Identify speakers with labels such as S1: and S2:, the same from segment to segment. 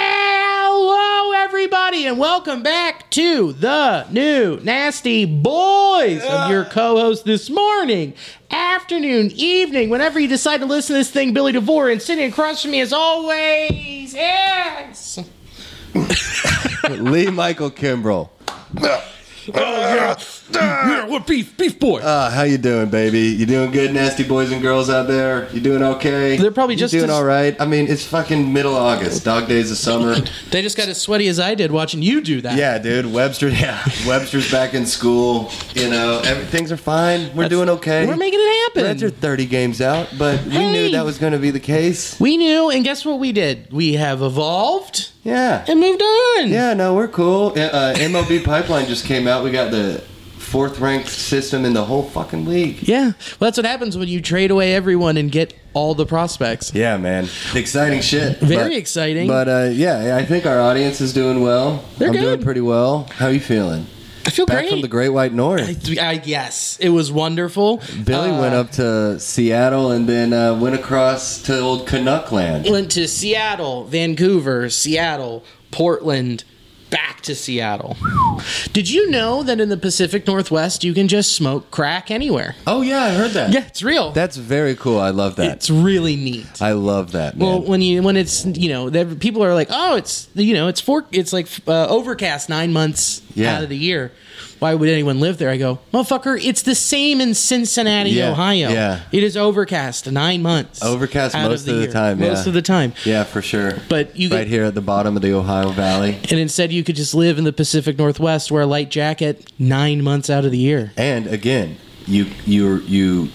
S1: Hello, everybody, and welcome back to the new Nasty Boys. I'm your co host this morning, afternoon, evening, whenever you decide to listen to this thing, Billy DeVore, and sitting across from me as always, yes.
S2: Lee Michael Kimbrell.
S1: Yeah, what beef, beef boy.
S2: Uh, how you doing, baby? You doing good, nasty boys and girls out there? You doing okay?
S1: They're probably
S2: You
S1: just
S2: doing
S1: as-
S2: all right. I mean, it's fucking middle August, dog days of summer.
S1: they just got as sweaty as I did watching you do that.
S2: yeah, dude. Webster, yeah, Webster's back in school. You know, every, things are fine. We're doing okay.
S1: We're making it happen.
S2: Reds are thirty games out, but we
S1: Hey!
S2: knew that was going to be the case.
S1: we knew, and guess what we did? We have evolved
S2: Yeah.
S1: and moved on.
S2: Yeah, no, we're cool. Uh, Uh, MLB pipeline just came out. We got the fourth ranked system in the whole fucking league.
S1: Yeah. Well, that's what happens when you trade away everyone and get all the prospects.
S2: Yeah, man. Exciting shit.
S1: Very exciting.
S2: But uh, yeah, I think our audience is doing well.
S1: They're
S2: I'm doing
S1: good.
S2: pretty well. How you feeling?
S1: I feel
S2: Back
S1: great.
S2: from the Great White North.
S1: I, I- yes, it was wonderful.
S2: Billy
S1: Uh,
S2: went up to Seattle and then uh, went across to old Canuck land.
S1: Went to Seattle, Vancouver, Seattle, Portland, back to Seattle. Did you know that in the Pacific Northwest you can just smoke crack anywhere?
S2: Oh yeah, I heard that.
S1: Yeah, it's real.
S2: That's very cool. I love that.
S1: it's really neat.
S2: I love that. Man.
S1: Well, when you when it's you know that people are like, oh, it's you know it's for it's like uh, overcast nine months
S2: Yeah.
S1: out of the year. Why would anyone live there? I go, motherfucker, it's the same in Cincinnati,
S2: Yeah,
S1: Ohio.
S2: yeah.
S1: it is overcast nine months.
S2: Overcast
S1: out
S2: most of the,
S1: year.
S2: time.
S1: Most
S2: yeah.
S1: of the time.
S2: Yeah, for sure.
S1: But you
S2: right
S1: get-
S2: here at the bottom of the Ohio Valley.
S1: And instead, you could just live in the Pacific Northwest, wear a light jacket nine months out of the year.
S2: And again, you you you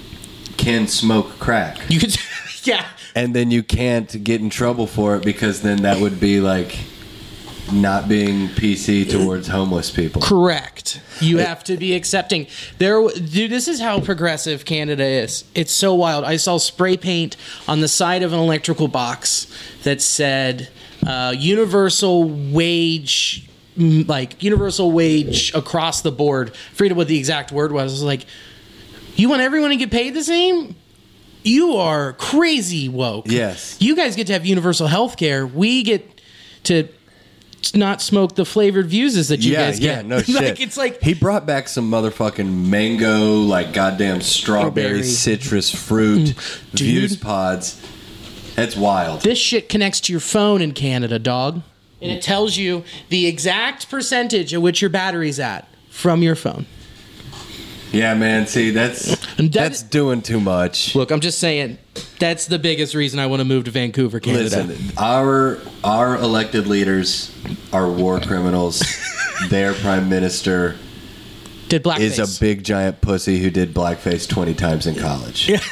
S2: can smoke crack.
S1: You could, yeah.
S2: and then you can't get in trouble for it because then that would be like not being PC towards homeless people.
S1: Correct. You have to be accepting. There, w- dude. This is how progressive Canada is. It's so wild. I saw spray paint on the side of an electrical box that said uh, "Universal Wage." mm, Like universal wage across the board. I forget what the exact word was. I was like, "You want everyone to get paid the same? You are crazy woke."
S2: Yes.
S1: You guys get to have universal health care. We get to not smoke the flavored fuses that you
S2: yeah,
S1: guys
S2: yeah,
S1: get.
S2: no
S1: like,
S2: shit.
S1: It's like
S2: he brought back some motherfucking mango, like goddamn strawberry,
S1: Strawberry.
S2: Mm. citrus fruit views pods. That's wild.
S1: this shit connects to your phone in Canada, dog. And it tells you the exact percentage at which your battery's at from your phone.
S2: Yeah, man. See, that's
S1: And that-
S2: that's doing too much.
S1: Look, I'm just saying that's the biggest reason I want to move to Vancouver, Canada.
S2: Listen, our our elected leaders are war criminals. Their prime minister
S1: Did blackface.
S2: is a big giant pussy who did blackface 20 times in college.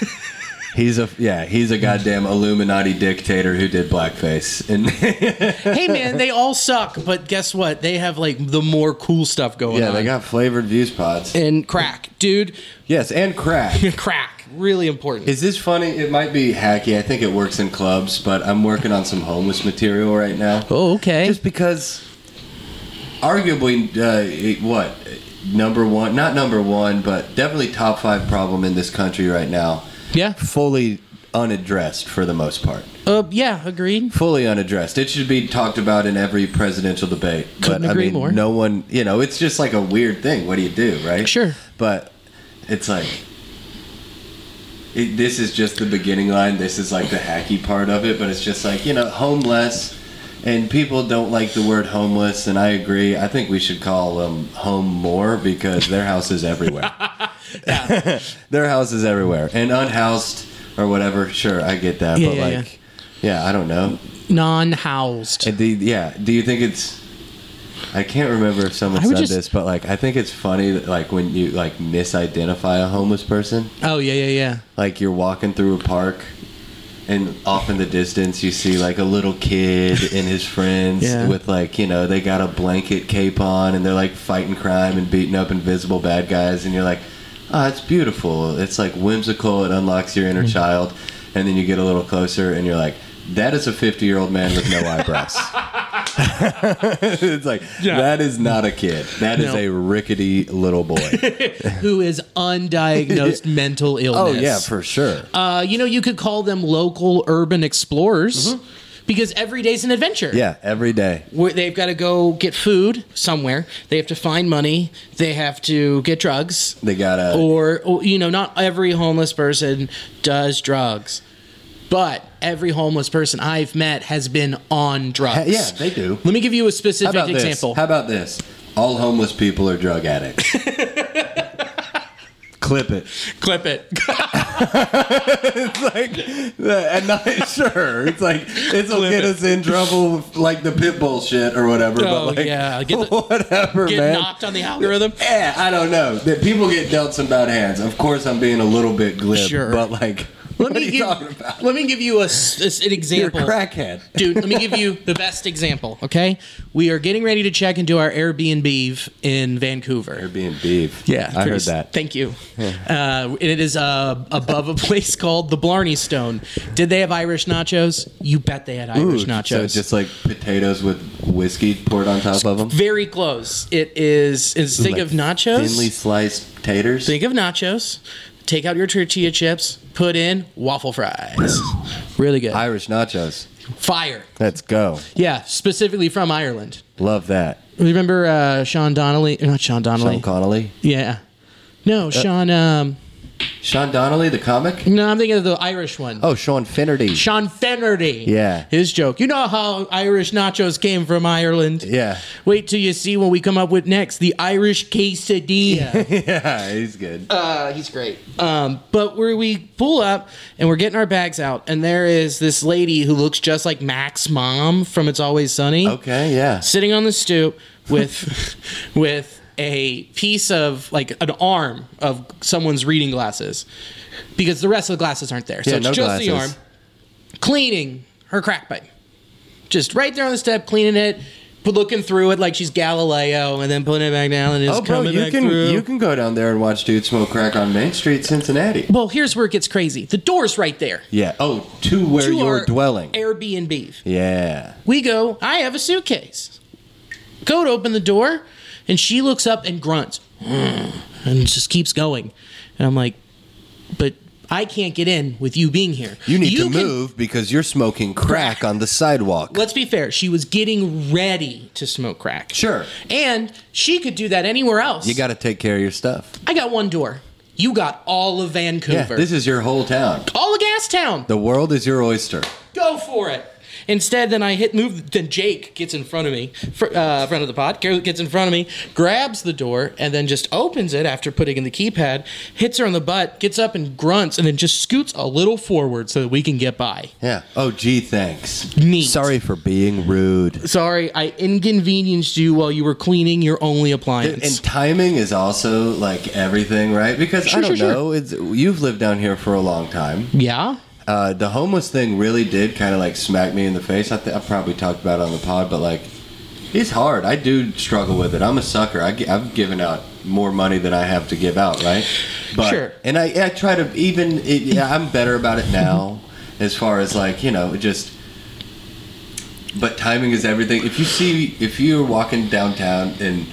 S2: He's a yeah, he's a goddamn Illuminati dictator who did blackface. And
S1: hey man, they all suck, but guess what? They have like the more cool stuff going
S2: yeah,
S1: on.
S2: they got flavored views pods.
S1: and crack, dude.
S2: Yes, and crack.
S1: Crack, really important.
S2: Is this funny? It might be hacky. I think it works in clubs, but I'm working on some homeless material right now.
S1: oh, okay.
S2: Just because, arguably, uh, it- what number one? Not number one, but definitely top five problem in this country right now.
S1: yeah.
S2: Fully unaddressed for the most part.
S1: Uh, yeah, agreed.
S2: fully unaddressed. It should be talked about in every presidential debate.
S1: Couldn't
S2: but
S1: agree
S2: I mean,
S1: more.
S2: no one, you know, it's just like a weird thing. What do you do, right?
S1: Sure.
S2: But it's like it, this is just the beginning line. This is like the hacky part of it, but it's just like, you know, homeless and people don't like the word homeless and I agree. I think we should call them home more because their house is everywhere. their house is everywhere. And unhoused or whatever, sure, I get that,
S1: Yeah,
S2: but
S1: yeah, yeah.
S2: like yeah, I don't know.
S1: Non-housed.
S2: And do you- yeah, do you think it's? I can't remember if someone
S1: I would
S2: said
S1: just-
S2: this, but like I think it's funny, that, like when you like misidentify a homeless person,
S1: Oh yeah, yeah, yeah.
S2: like you're walking through a park, and off in the distance you see like a little kid and his friends
S1: Yeah.
S2: with like you know they got a blanket cape on and they're like fighting crime and beating up invisible bad guys and you're like oh it's beautiful it's like whimsical it unlocks your
S1: Mm.
S2: inner child and then you get a little closer and you're like that is a 50 year old man with no eyebrows it's like
S1: Yeah.
S2: that is not a kid That is
S1: No.
S2: a rickety little boy
S1: who is undiagnosed mental
S2: oh
S1: illness.
S2: yeah for sure
S1: uh, you know, you could call them local urban explorers because every day's an adventure.
S2: Mm-hmm. yeah every day
S1: Where they've got to go get food somewhere. They have to find money. They have to get drugs.
S2: they gotta
S1: or, or you know, not every homeless person does drugs, but every homeless person I've met has been on drugs.
S2: yeah, they do.
S1: Let me give you a
S2: How
S1: specific
S2: about
S1: example.
S2: This? How about this? All homeless people are drug addicts. Clip it.
S1: Clip it.
S2: It's like, and not sure. It's like this will get us in trouble, with, like the pit bull shit or whatever.
S1: Oh,
S2: but like,
S1: yeah, get the-
S2: whatever,
S1: Get
S2: man.
S1: knocked on the algorithm.
S2: Yeah, I don't know. That people get dealt some bad hands. Of course, I'm being a little bit glib,
S1: Sure.
S2: but like,
S1: Let
S2: what are
S1: me
S2: you
S1: give,
S2: talking about?
S1: let me give you a, s- a s- an
S2: You're a
S1: example.
S2: crackhead.
S1: dude let me give you the best example okay we are getting ready to check into our airbnb in vancouver
S2: Being beef. I
S1: pretty
S2: heard
S1: s-
S2: that.
S1: Thank you. Uh, and it is uh, above a place called the Blarney Stone. Did they have Irish nachos? You bet they had Irish
S2: Ooh, So
S1: nachos.
S2: just like potatoes with whiskey poured on top of them.
S1: Very close. It is. is think
S2: Like
S1: of nachos.
S2: Thinly sliced taters.
S1: Think of nachos. Take out your tortilla chips. Put in waffle fries. Really good.
S2: Irish nachos.
S1: Fire.
S2: Let's go.
S1: Yeah, specifically from Ireland.
S2: Love that.
S1: Remember uh, Sean Donnelly? Not Sean Donnelly.
S2: Sean Uh, Connolly.
S1: Yeah. No, Sean. Um,
S2: Sean Donnelly, the comic?
S1: no, I'm thinking of the Irish one.
S2: Oh, Sean Finnerty.
S1: Sean Fennerty.
S2: Yeah.
S1: His joke. You know how Irish nachos came from Ireland?
S2: Yeah.
S1: Wait till you see what we come up with next the Irish quesadilla.
S2: yeah, he's good.
S1: uh, he's great. Um, but where we pull up and we're getting our bags out, and there is this lady who looks just like Mac's mom from It's Always Sunny.
S2: okay, yeah.
S1: Sitting on the stoop with, with, a piece of like an arm of someone's reading glasses because the rest of the glasses aren't there. so
S2: Yeah,
S1: it's
S2: no
S1: just the arm
S2: glasses.
S1: cleaning her crack pipe. Just right there on the step, cleaning it, but looking through it like she's Galileo, and then putting it back down and just
S2: Oh, bro,
S1: coming
S2: you
S1: back
S2: can
S1: through.
S2: you can go down there and watch dude smoke crack on Main Street, Cincinnati.
S1: well, here's where it gets crazy. The door's right there.
S2: Yeah. Oh, to where
S1: To
S2: you're
S1: our
S2: dwelling.
S1: Airbnb.
S2: yeah.
S1: We go, I have a suitcase. Go to open the door, and she looks up and grunts and just keeps going. And I'm like, but I can't get in with you being here.
S2: You need to
S1: can-
S2: move because you're smoking crack on the sidewalk.
S1: Let's be fair. She was getting ready to smoke crack.
S2: Sure.
S1: And she could do that anywhere else.
S2: You got to take care of your stuff.
S1: I got one door. You got all of
S2: Yeah,
S1: Vancouver.
S2: this is your whole town.
S1: all of Gastown.
S2: The world is your oyster.
S1: Go for it. Instead, then I hit move. Then Jake gets in front of me, fr- uh, front of the pod, gets in front of me, grabs the door, and then just opens it after putting in the keypad, hits her on the butt, gets up and grunts, and then just scoots a little forward so that we can get by.
S2: Yeah. Oh, gee, thanks.
S1: Neat.
S2: Sorry for being rude.
S1: Sorry, I inconvenienced you while you were cleaning your only appliance.
S2: And timing is also like everything, right? Because
S1: Sure,
S2: I don't
S1: sure, sure.
S2: know. It's you've lived down here for a long time.
S1: yeah?
S2: Uh, the homeless thing really did kind of like smack me in the face. I, th- I probably talked about it on the pod, but like, it's hard. I do struggle with it. I'm a sucker. I, gi- I've given out more money than I have to give out, right? But,
S1: Sure.
S2: And I, I try to even. It, yeah, I'm better about it now, as far as like you know, just. But timing is everything. If you see, if you're walking downtown and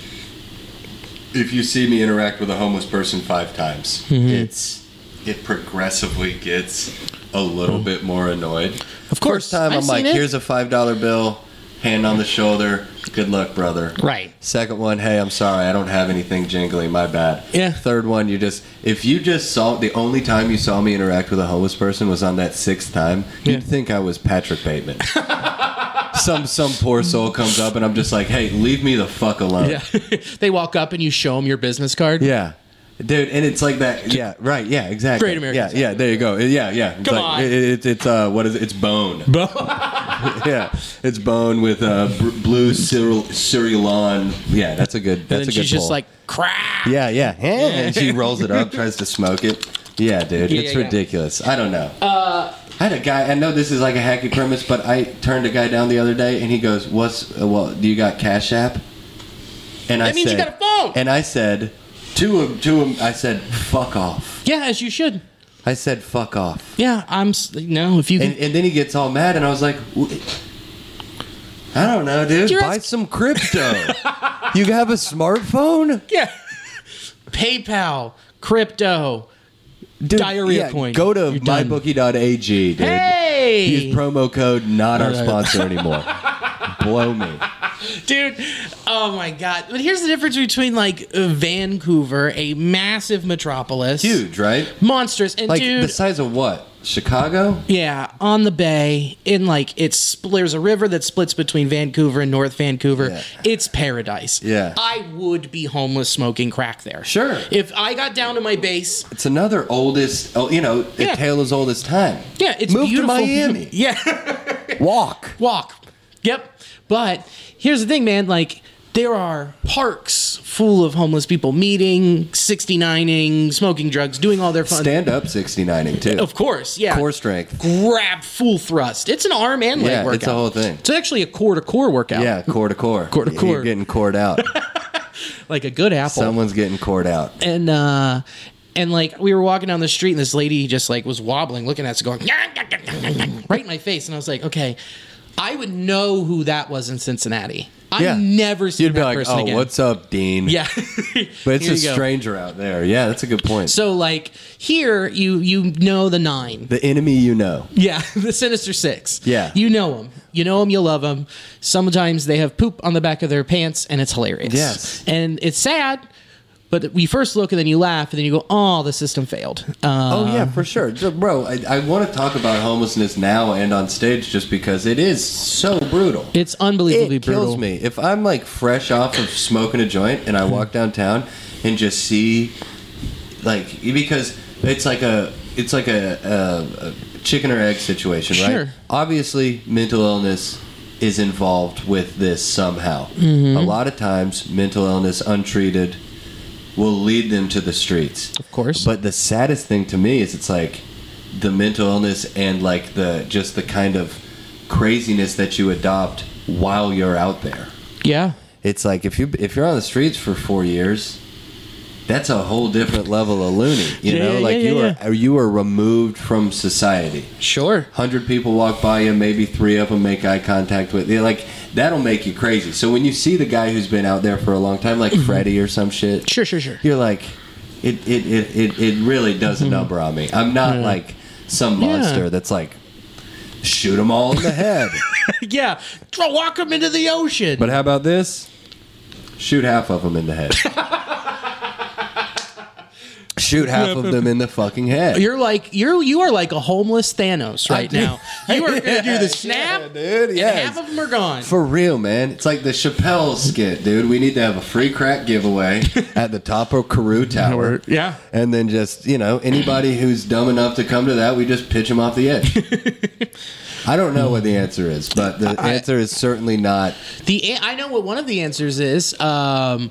S2: if you see me interact with a homeless person five times, it's it progressively gets a little bit more annoyed.
S1: Hmm. Of course.
S2: First time i
S1: I've
S2: am
S1: seen
S2: like,
S1: it.
S2: here's a five dollar bill, hand on the shoulder, good luck, brother.
S1: Right.
S2: Second one, hey, I'm sorry, I don't have anything jingly, my bad.
S1: Yeah.
S2: Third one, you just if you just saw the only time you saw me interact with a homeless person was on that sixth time,
S1: Yeah.
S2: you'd think I was Patrick Bateman. some some poor soul comes up and I'm just like, hey, leave me the fuck alone.
S1: Yeah. they walk up and you show them your business card.
S2: Yeah. Dude, and it's like that. Yeah, right. Yeah, exactly.
S1: Great American
S2: Yeah, yeah. There you go. Yeah, yeah. It's
S1: Come
S2: like,
S1: on.
S2: It, it, it's uh, what is it? It's bone. yeah, it's bone with uh, br- blue Cyril, Cyrillon. Yeah, that's a good.
S1: and
S2: That's
S1: then
S2: a good.
S1: she's just
S2: pull.
S1: like, crap.
S2: Yeah, yeah, yeah. And she rolls it up, tries to smoke it. Yeah, dude,
S1: Yeah, Uh,
S2: it's
S1: yeah, yeah.
S2: ridiculous. I don't know. I had a guy. I know this is like a hacky premise, but I turned a guy down the other day, and he goes, "What's uh, well? Do you got Cash App?" And I
S1: That means you
S2: said,
S1: got a phone!
S2: And I said to him, to him, I said, "Fuck off."
S1: Yeah, as you should.
S2: I said, "Fuck off."
S1: Yeah, I'm. s- No, if you can.
S2: And, and then he gets all mad, and I was like, "W- "I don't know, dude.
S1: You're
S2: Buy
S1: ask-
S2: some crypto. you have a smartphone,
S1: yeah. PayPal, crypto.
S2: dude,
S1: Diarrhea
S2: yeah,
S1: point.
S2: Go to
S1: You're done.
S2: mybookie.ag, dude.
S1: Hey!
S2: Use promo code. Not our
S1: All right.
S2: sponsor anymore. Blow me."
S1: dude oh my god but here's the difference between like vancouver a massive metropolis
S2: huge, right?
S1: monstrous and
S2: Like
S1: dude
S2: the size of what? Chicago?
S1: yeah on the bay in like it's spl- there's a river that splits between vancouver and north vancouver
S2: Yeah.
S1: it's paradise
S2: Yeah.
S1: i would be homeless smoking crack there
S2: Sure.
S1: if i got down to my base
S2: It's another oldest. Oh, you know,
S1: Yeah.
S2: a tale as old as time.
S1: yeah it's
S2: Move to
S1: beautiful
S2: Miami.
S1: yeah
S2: Walk.
S1: walk. Yep. But here's the thing, man. Like, there are parks full of homeless people meeting, 69ing, smoking drugs, doing all their fun. Oh,
S2: Stand up, sixty nine and two.
S1: of course, yeah.
S2: Core strength.
S1: Grab full thrust. It's an arm and leg
S2: Yeah, it's
S1: workout.
S2: a whole thing.
S1: It's actually a core to core workout.
S2: Yeah, core to core.
S1: Core to core.
S2: You're getting cored out.
S1: Like a good apple.
S2: Someone's getting cored out.
S1: and uh and like we were walking down the street and this lady just like was wobbling looking at us going right in my face and i was like okay i would know who that was in cincinnati i
S2: yeah.
S1: have never seen
S2: You'd be
S1: that
S2: like,
S1: person
S2: oh,
S1: again
S2: what's up, Dean?
S1: yeah
S2: But it's
S1: Here
S2: a
S1: you go.
S2: stranger out there. Yeah, that's a good point.
S1: so like here you you know the nine
S2: the enemy you know.
S1: yeah the sinister six
S2: Yeah.
S1: you know them you know them you love them sometimes they have poop on the back of their pants and it's hilarious
S2: Yes.
S1: and it's sad but we first look and then you laugh and then you go oh the system failed uh,
S2: Oh yeah, for sure, So, bro. I, I want to talk about homelessness now and on stage, just because it is so brutal.
S1: It's unbelievably
S2: it
S1: brutal.
S2: kills me if I'm like fresh off of smoking a joint and I walk downtown and just see like because it's like a it's like a, a, a chicken or egg situation, right?
S1: Sure.
S2: Obviously, mental illness is involved with this somehow.
S1: Mm-hmm.
S2: A lot of times, mental illness untreated will lead them to the streets.
S1: Of course.
S2: But the saddest thing to me is it's like the mental illness and like the just the kind of craziness that you adopt while you're out there.
S1: Yeah.
S2: It's like if you if you're on the streets for 4 years, that's a whole different level of loony, you
S1: Yeah,
S2: know?
S1: yeah,
S2: like
S1: yeah,
S2: you
S1: yeah,
S2: are you are removed from society.
S1: Sure.
S2: 100 people walk by you, maybe 3 of them make eye contact with you. Like that'll make you crazy. So when you see the guy who's been out there for a long time like Freddie or some shit,
S1: Sure, sure, sure.
S2: you're like it it, it, it, it really does a number on me i'm not like some monster that's like shoot them all in the head
S1: yeah. Throw, walk them into the ocean.
S2: but how about this shoot half of them in the head shoot half of them in the fucking head
S1: you're like you're you are like a homeless Thanos right
S2: do.
S1: now. You are gonna do
S2: Yeah,
S1: the snap,
S2: yeah, dude,
S1: and
S2: yes.
S1: half of them are gone.
S2: for real, man. It's like the Chappelle skit, dude. We need to have a free crack giveaway at the top of Carew Tower.
S1: Yeah.
S2: And then just, you know, anybody who's dumb enough to come to that, we just pitch them off the edge. I don't know what the answer is, but the
S1: I-
S2: answer is certainly not.
S1: the an- I know what one of the answers is. Um,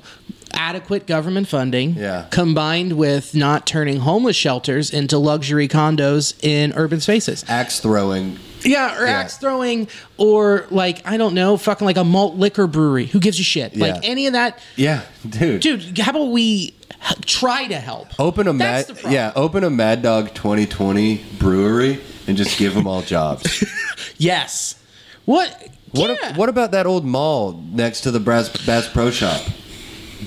S1: adequate government funding,
S2: Yeah.
S1: combined with not turning homeless shelters into luxury condos in urban spaces.
S2: Axe throwing.
S1: Yeah, or
S2: Yeah.
S1: axe throwing, or like I don't know, fucking like a malt liquor brewery. Who gives a shit?
S2: Yeah.
S1: Like any of that.
S2: Yeah, dude.
S1: dude, how about we h- try to help?
S2: Open a
S1: That's
S2: mad
S1: the problem.
S2: yeah, open a Mad Dog 2020 brewery and just give them all jobs.
S1: Yes. What?
S2: What
S1: yeah.
S2: what about that old mall next to the Brass, Bass Pro Shop?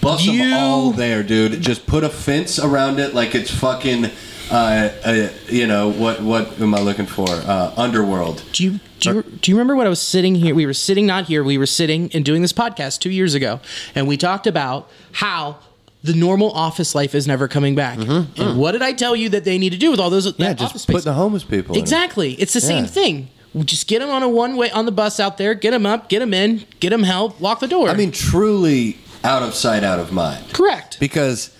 S2: Bust
S1: You-
S2: them all there, dude. Just put a fence around it like it's fucking, uh, uh, you know what? What am I looking for? Uh, underworld.
S1: Do you do you, do you remember what I was sitting here? We were sitting not here. We were sitting and doing this podcast two years ago, and we talked about how. The normal office life is never coming back. And what did I tell you that they need to do with all those?
S2: Mm-hmm, Yeah,
S1: that office
S2: just
S1: space?
S2: put the homeless people. in it.
S1: Exactly. It's the same
S2: Yeah.
S1: thing. We Just get them on a one way on the bus out there. Get them up. Get them in. Get them help. Lock the door.
S2: I mean, truly out of sight, out of mind.
S1: correct.
S2: because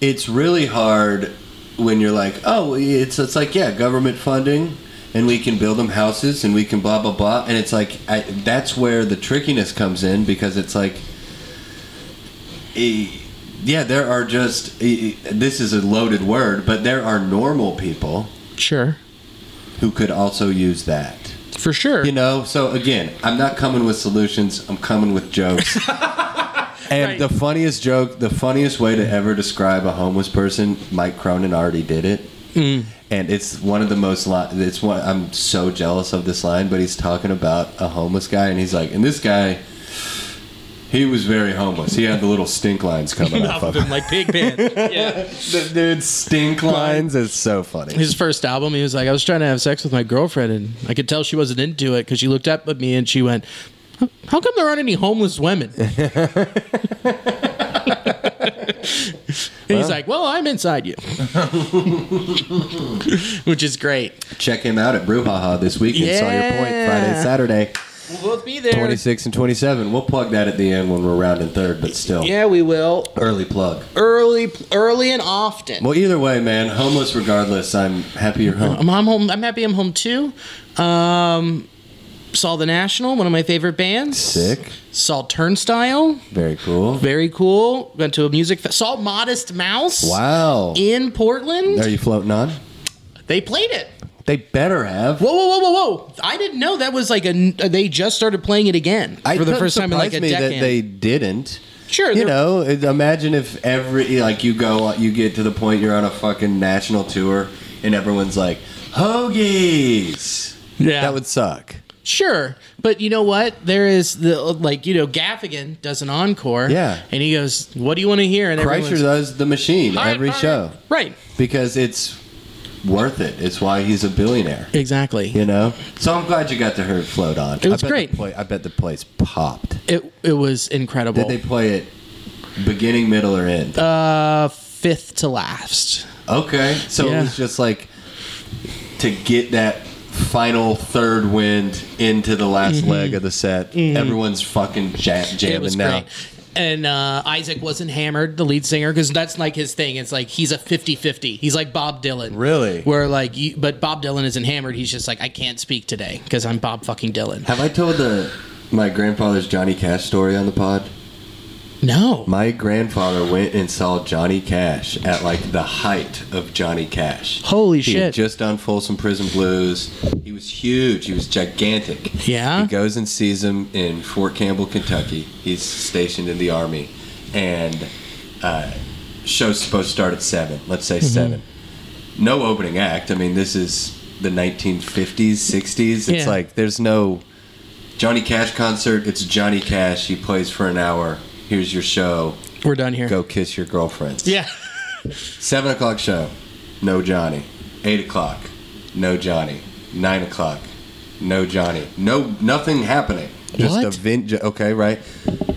S2: it's really hard when you're like, oh, it's it's like yeah, government funding, and we can build them houses, and we can blah blah blah, and it's like I, that's where the trickiness comes in because it's like, eh, yeah, there are just eh, eh, this is a loaded word, but there are normal people
S1: sure.
S2: who could also use that.
S1: for sure.
S2: You know, so again, I'm not coming with solutions. I'm coming with jokes. and
S1: Right.
S2: the funniest joke, the funniest way to ever describe a homeless person, Mike Cronin already did it. Mm. And it's one of the most. Li- it's one. I'm so jealous of this line, but he's talking about a homeless guy, and he's like, and this guy. He was very homeless. He had the little stink lines coming
S1: off
S2: off
S1: of
S2: of him.
S1: him like Pigpen. yeah.
S2: The dude, stink lines is so funny.
S1: His first album, he was like, I was trying to have sex with my girlfriend, and I could tell she wasn't into it because she looked up at me and she went, "How come there aren't any homeless women?" and he's like, "Well, I'm inside you," which is great.
S2: Check him out at Brouhaha this weekend. Saw your point
S1: Yeah.
S2: Friday, Saturday.
S1: We'll both be there.
S2: 26 and 27. We'll plug that at the end when we're rounding third, but still.
S1: Yeah, we will
S2: Early plug.
S1: early, early and often.
S2: Well, either way, man, homeless regardless, I'm happy you're home.
S1: I'm, I'm home. I'm happy. I'm home too. Um, saw the National, one of my favorite bands.
S2: Sick.
S1: Saw Turnstile.
S2: Very cool.
S1: Very cool. Went to a music fest. Saw Modest Mouse.
S2: Wow.
S1: In Portland.
S2: Are you floating on?
S1: They played it.
S2: They better have.
S1: Whoa, whoa, whoa, whoa, whoa. I didn't know that was like a. n- uh, They just started playing it again
S2: I
S1: for the
S2: couldn't
S1: first time in like a
S2: surprise me
S1: decade.
S2: that they didn't.
S1: sure.
S2: You
S1: they're-
S2: know, it- imagine if every like you go, you get to the point you're on a fucking national tour, and everyone's like, "Hoagies."
S1: Yeah.
S2: that would suck.
S1: Sure, but you know what? There is the like you know Gaffigan does an encore.
S2: Yeah.
S1: and he goes, "What do you want to hear?" And
S2: Kreischer
S1: everyone's-
S2: does the machine
S1: All right,
S2: every
S1: all right.
S2: show.
S1: Right.
S2: because it's worth it. It's why he's a billionaire.
S1: Exactly.
S2: You know, so I'm glad you got to hear it float on.
S1: It was
S2: I bet
S1: great.
S2: The play, I bet the place popped.
S1: It it was incredible.
S2: Did they play it beginning, middle, or end?
S1: uh, fifth to last.
S2: okay, so
S1: yeah.
S2: it was just like to get that final third wind into the last leg of the set. Everyone's fucking ja-
S1: Mm-hmm. it was
S2: jamming now.
S1: great. And uh, Isaac wasn't hammered, the lead singer, because that's like his thing. It's like he's a 50 50. He's like Bob Dylan.
S2: Really?
S1: Where like, you, but Bob Dylan isn't hammered. He's just like, I can't speak today because I'm Bob fucking Dylan.
S2: Have I told the my grandfather's Johnny Cash story on the pod?
S1: No.
S2: My grandfather went and saw Johnny Cash at like the height of Johnny Cash.
S1: Holy
S2: He
S1: shit.
S2: had just done Folsom Prison Blues. He was huge. He was gigantic.
S1: Yeah?
S2: He goes and sees him in Fort Campbell, Kentucky. He's stationed in the army, and uh, show's supposed to start at seven. Let's
S1: Mm-hmm.
S2: say seven. No opening act. I mean, this is the 1950s, 60s. It's
S1: Yeah.
S2: like there's no Johnny Cash concert. It's Johnny Cash. He plays for an hour. Here's your show.
S1: We're done here.
S2: Go kiss your girlfriend.
S1: Yeah.
S2: Seven o'clock show, no Johnny. Eight o'clock, no Johnny. Nine o'clock, no Johnny. No, nothing happening. Just a
S1: What?
S2: vin- ju- Okay, right.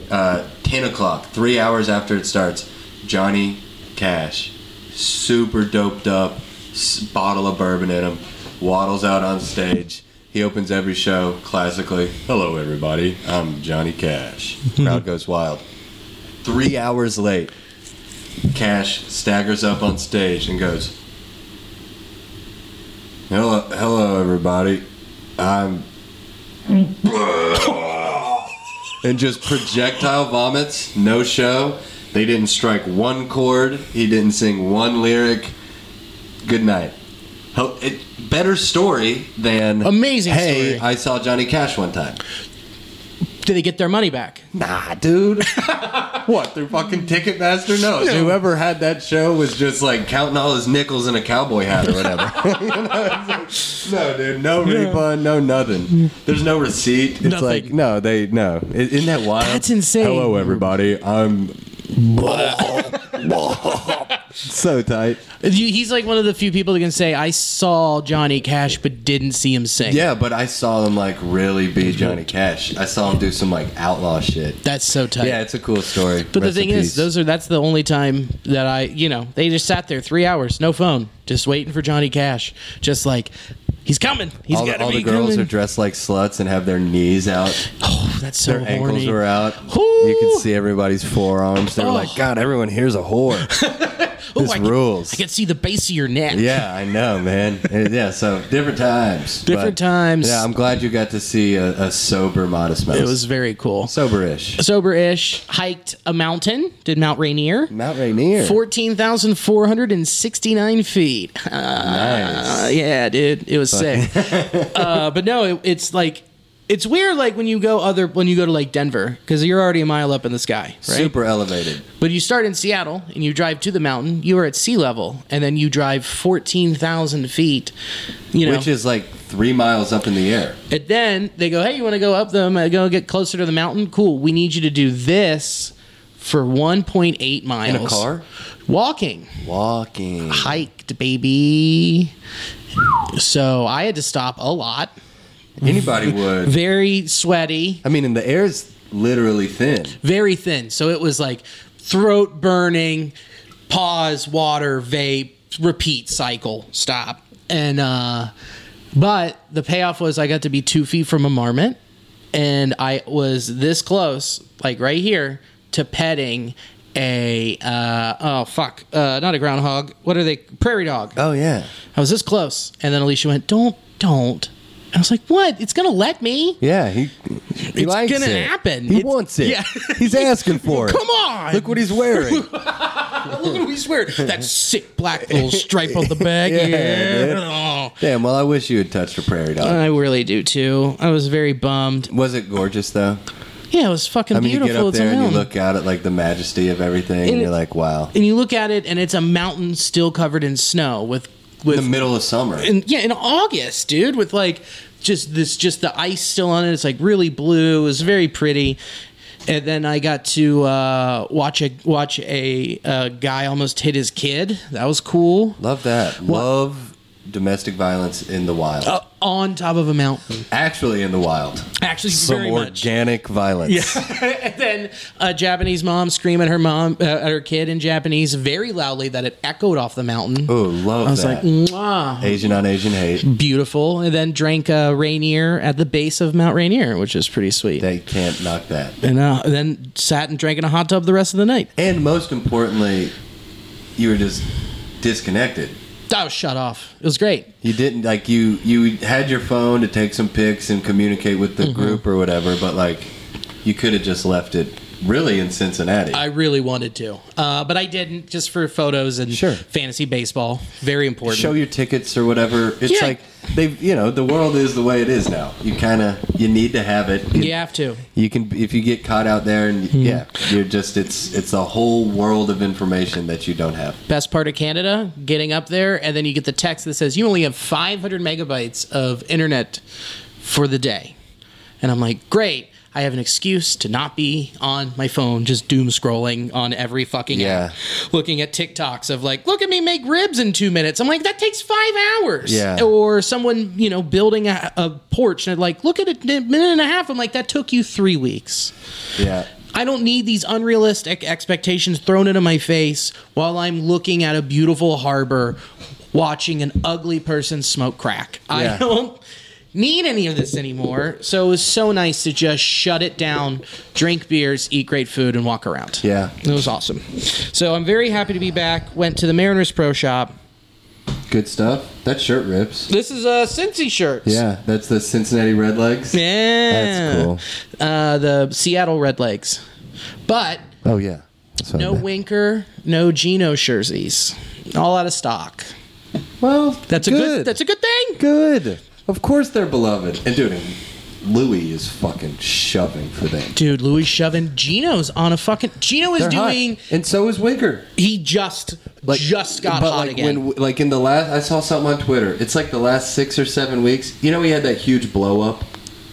S2: Uh, Ten o'clock, three hours after it starts, Johnny Cash, super doped up, s- bottle of bourbon in him, waddles out on stage. He opens every show classically. Hello, everybody. I'm Johnny Cash. Crowd goes wild. Three hours late, Cash staggers up on stage and goes, "Hello, hello, everybody. I'm," and just projectile vomits. No show. They didn't strike one chord. He didn't sing one lyric. Good night. Ho- It, better story than
S1: Amazing
S2: Hey,
S1: story."
S2: I saw Johnny Cash one time.
S1: Did they get their money back?
S2: Nah, dude. what through fucking Ticketmaster? No, whoever had that show was just like counting all his nickels in a cowboy hat or whatever. You know, it's like, no, dude, no refund, no nothing. There's no receipt. It's
S1: Nothing.
S2: like no, they no. I- Isn't that wild?
S1: That's insane.
S2: Hello, everybody. I'm. so tight.
S1: You- He's like one of the few people that can say, I saw Johnny Cash but didn't see him sing.
S2: Yeah, but I saw him like really be Johnny Cash. I saw him do some like outlaw shit.
S1: That's so tight.
S2: Yeah, it's a cool story.
S1: But
S2: Rest
S1: the
S2: in
S1: thing is,
S2: peace.
S1: those are that's the only time that I, you know, they just sat there three hours, no phone, just waiting for Johnny Cash, just like he's coming, he's
S2: all the,
S1: got to
S2: all
S1: be
S2: the girls
S1: coming.
S2: are dressed like sluts and have their knees out.
S1: oh, that's so
S2: Their ankles
S1: horny.
S2: were out.
S1: Whew.
S2: You could see everybody's forearms. They were
S1: Oh.
S2: like, God, everyone here's a whore.
S1: Ooh,
S2: This
S1: I
S2: rules.
S1: Can, I can see the base of your neck.
S2: Yeah, I know, man. And, yeah, so different times. but-
S1: Different times.
S2: Yeah, I'm glad you got to see a, a sober Modest Mouse.
S1: It was very cool.
S2: soberish.
S1: Sober-ish, hiked a mountain, did Mount Rainier.
S2: Mount Rainier.
S1: 14,469 feet. Uh,
S2: nice.
S1: yeah, dude, it was sick. uh, but no, it, it's like it's weird. Like when you go other when you go to like Denver because you're already a mile up in the sky, right?
S2: Super elevated.
S1: But you start in Seattle and you drive to the mountain. You are at sea level, and then you drive fourteen thousand feet. You know,
S2: Which is like three miles up in the air.
S1: and then they go, "Hey, you want to go up them? uh, Go get closer to the mountain? Cool. We need you to do this." For 1.8 miles.
S2: car?
S1: Walking.
S2: Walking.
S1: Hiked, baby. So I had to stop a lot.
S2: Anybody would.
S1: Very sweaty.
S2: I mean, and the air's literally thin.
S1: very thin. So it was like throat burning, pause, water, vape, repeat cycle, stop. And uh but the payoff was I got to be two feet from a marmot and I was this close, like right here, to petting a uh oh fuck. Uh not a groundhog. What are they? Prairie dog.
S2: Oh yeah.
S1: I was this close. And then Alicia went, Don't, don't. I was like, What? It's gonna let me.
S2: Yeah, he, he
S1: It's
S2: likes
S1: gonna
S2: it.
S1: happen.
S2: He
S1: It's-
S2: wants it.
S1: yeah.
S2: He's asking for it.
S1: Come on.
S2: Look what he's wearing.
S1: Look at we swear that sick black little stripe on the back.
S2: Yeah,
S1: Yeah,
S2: dude.
S1: Oh.
S2: Damn, well, I wish you had touched a prairie dog.
S1: I really do too. I was very bummed.
S2: Was it gorgeous though?
S1: Yeah, it was fucking
S2: I mean, you
S1: beautiful.
S2: get up
S1: it's
S2: there
S1: a
S2: and you
S1: mountain.
S2: look out at like the majesty of everything, and
S1: And
S2: you're
S1: it-
S2: like, wow.
S1: and you look at it, and it's a mountain still covered in snow with
S2: In
S1: with
S2: the middle of summer.
S1: in- yeah in August, dude, with like just this just the ice still on it. It's like really blue. It was very pretty. And then I got to uh, watch a watch a uh, guy almost hit his kid. That was cool.
S2: Love that. Love domestic violence in the wild.
S1: Uh, on top of a mountain,
S2: Actually, in the wild.
S1: actually,
S2: Some
S1: very much.
S2: organic violence.
S1: and then a Japanese mom screaming her mom uh, at her kid in Japanese very loudly that it echoed off the mountain.
S2: Oh, love
S1: I was
S2: that.
S1: like, mm. Mwah.
S2: Asian on Asian hate.
S1: beautiful. And then drank uh, Rainier at the base of Mount Rainier, which is pretty sweet.
S2: They can't knock that.
S1: and uh, then sat and drank in a hot tub the rest of the night.
S2: And most importantly, you were just disconnected.
S1: I was shut off. It was great.
S2: You didn't like you you had your phone to take some pics and communicate with
S1: Mm-hmm.
S2: the group or whatever, but like you could have just left it really in Cincinnati.
S1: I really wanted to, uh, but I didn't just for photos and
S2: Sure.
S1: fantasy baseball. Very important.
S2: show your tickets or whatever. It's
S1: Yeah.
S2: like they've you know the world is the way it is now. You kind of you need to have it. You,
S1: you have to.
S2: you can if you get caught out there and
S1: Mm-hmm.
S2: yeah, you're just it's it's a whole world of information that you don't have.
S1: best part of Canada, getting up there, and then you get the text that says you only have 500 megabytes of internet for the day. And I'm like, great. I have an excuse to not be on my phone, just doom scrolling on every fucking
S2: Yeah.
S1: app, looking at TikToks of like, look at me make ribs in two minutes. I'm like, that takes five hours.
S2: Yeah.
S1: Or someone, you know, building a, a porch and like, look at it in a minute and a half. I'm like, that took you three weeks.
S2: Yeah.
S1: I don't need these unrealistic expectations thrown into my face while I'm looking at a beautiful harbor watching an ugly person smoke crack.
S2: Yeah.
S1: I don't need any of this anymore. So it was so nice to just shut it down, drink beers, eat great food, and walk around.
S2: Yeah.
S1: It was awesome. So I'm very happy to be back. Went to the Mariners Pro Shop.
S2: Good stuff. That shirt rips.
S1: This is a Cincy shirt.
S2: Yeah, that's the Cincinnati Redlegs.
S1: Yeah.
S2: That's cool.
S1: Uh, the Seattle Red Legs. But
S2: Oh yeah. That's what I
S1: No
S2: meant.
S1: Winker, no Geno jerseys. All out of stock.
S2: Well,
S1: That's a good. that's a good thing.
S2: good. Of course they're beloved. And dude, and Louis is fucking shoving for them.
S1: Dude, Louis shoving Geno's on a fucking Geno is
S2: They're hot.
S1: doing
S2: and so is Winker.
S1: he just just got
S2: but
S1: hot
S2: like
S1: again.
S2: When, like in the last, I saw something on Twitter. It's like the last six or seven weeks. You know, he had that huge blow up.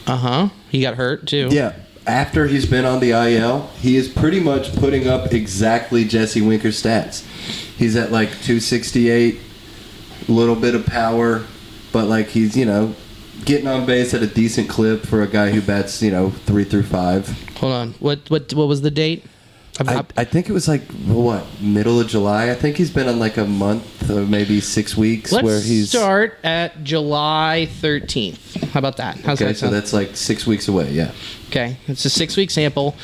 S1: uh-huh. He got hurt too.
S2: Yeah. After he's been on the IL, he is pretty much putting up exactly Jesse Winker's stats. He's at like 268, a little bit of power, but like he's, you know, getting on base at a decent clip for a guy who bats, you know, three through five.
S1: Hold on. What what what was the date? I've-
S2: I,
S1: I've-
S2: I think it was like what middle of July. I think he's been on like a month or maybe six weeks
S1: let's
S2: where he's
S1: start at July 13th. How about that? How's
S2: okay.
S1: that
S2: So
S1: sound?
S2: that's like six weeks away. Yeah,
S1: okay. It's a 6-week sample.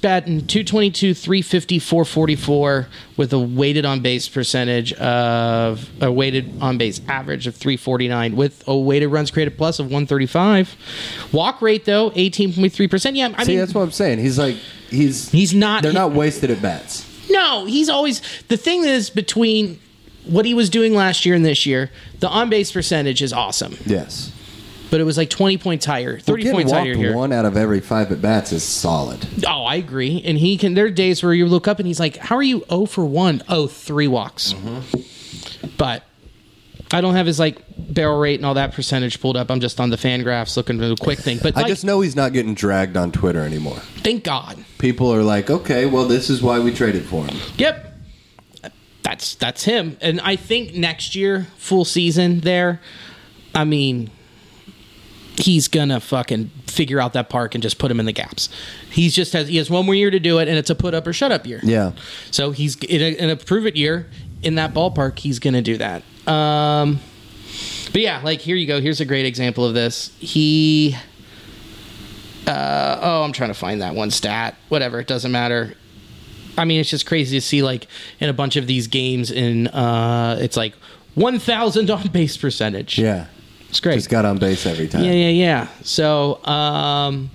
S1: batting 222, 350, 444 with a weighted on base percentage of a weighted on base average of 349 with a weighted runs created plus of 135. Walk rate though 18.3%. Yeah, I
S2: See,
S1: mean
S2: that's what I'm saying. He's like, he's
S1: He's not-
S2: They're
S1: he-
S2: not wasted at bats.
S1: No, he's always the thing is between what he was doing last year and this year, the on base percentage is awesome.
S2: Yes,
S1: But it was like twenty points higher, thirty
S2: Well, getting
S1: points higher
S2: walked
S1: here.
S2: One out of every five at bats is solid.
S1: Oh, I agree. And he can there are days where you look up and he's like, How are you 0 for 1? Oh, three walks. But I don't have his like barrel rate and all that percentage pulled up. I'm just on the fan graphs looking at a quick thing. But like,
S2: I just know he's not getting dragged on Twitter anymore.
S1: thank God.
S2: People are like, okay, well, this is why we traded for him.
S1: Yep. That's that's him. And I think next year, full season there, I mean he's gonna fucking figure out that park and just put him in the gaps. He's just has he has one more year to do it and it's a put up or shut up year.
S2: Yeah,
S1: So he's in a, in a prove it year in that ballpark. He's going to do that. Um, but yeah, like here you go. Here's a great example of this. He. Uh, oh, I'm trying to find that one stat. Whatever, it doesn't matter. I mean, it's just crazy to see like in a bunch of these games in uh, it's like 1,000 on base percentage.
S2: yeah.
S1: it's great.
S2: Just got on base every time.
S1: Yeah, yeah, yeah. So, um,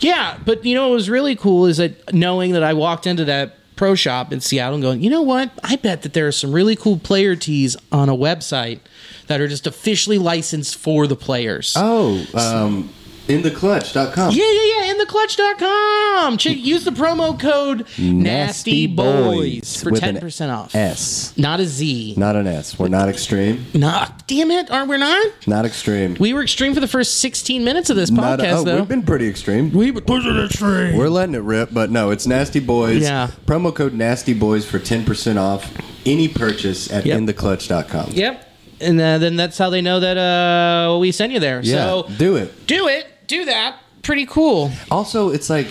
S1: yeah, but you know what was really cool is that knowing that I walked into that pro shop in Seattle and going, you know what? I bet that there are some really cool player tees on a website that are just officially licensed for the players.
S2: Oh, um, intheclutch.com.
S1: Yeah, yeah, yeah. In the clutch.com. Check, use the promo code Nasty, Boys for
S2: with an
S1: 10% off.
S2: S,
S1: Not a Z.
S2: not an S. We're not extreme.
S1: Not, damn it. Aren't we not?
S2: Not extreme.
S1: We were extreme for the first 16 minutes of this
S2: not
S1: podcast,
S2: oh,
S1: though.
S2: We've been pretty extreme.
S1: we were pushing it extreme.
S2: We're letting it rip, but no, it's Nasty Boys.
S1: Yeah.
S2: Promo code Nasty Boys for 10% off any purchase at
S1: Yep.
S2: intheclutch.com.
S1: Yep. And uh, then that's how they know that uh, we send you there.
S2: Yeah.
S1: So
S2: do it.
S1: do it. Do that. Pretty cool.
S2: Also, it's like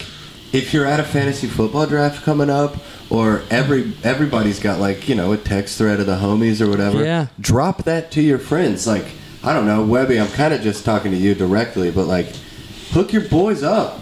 S2: if you're at a fantasy football draft coming up or every everybody's got like, you know, a text thread of the homies or whatever.
S1: Yeah.
S2: Drop that to your friends. Like, I don't know, Webby, I'm kind of just talking to you directly, but like hook your boys up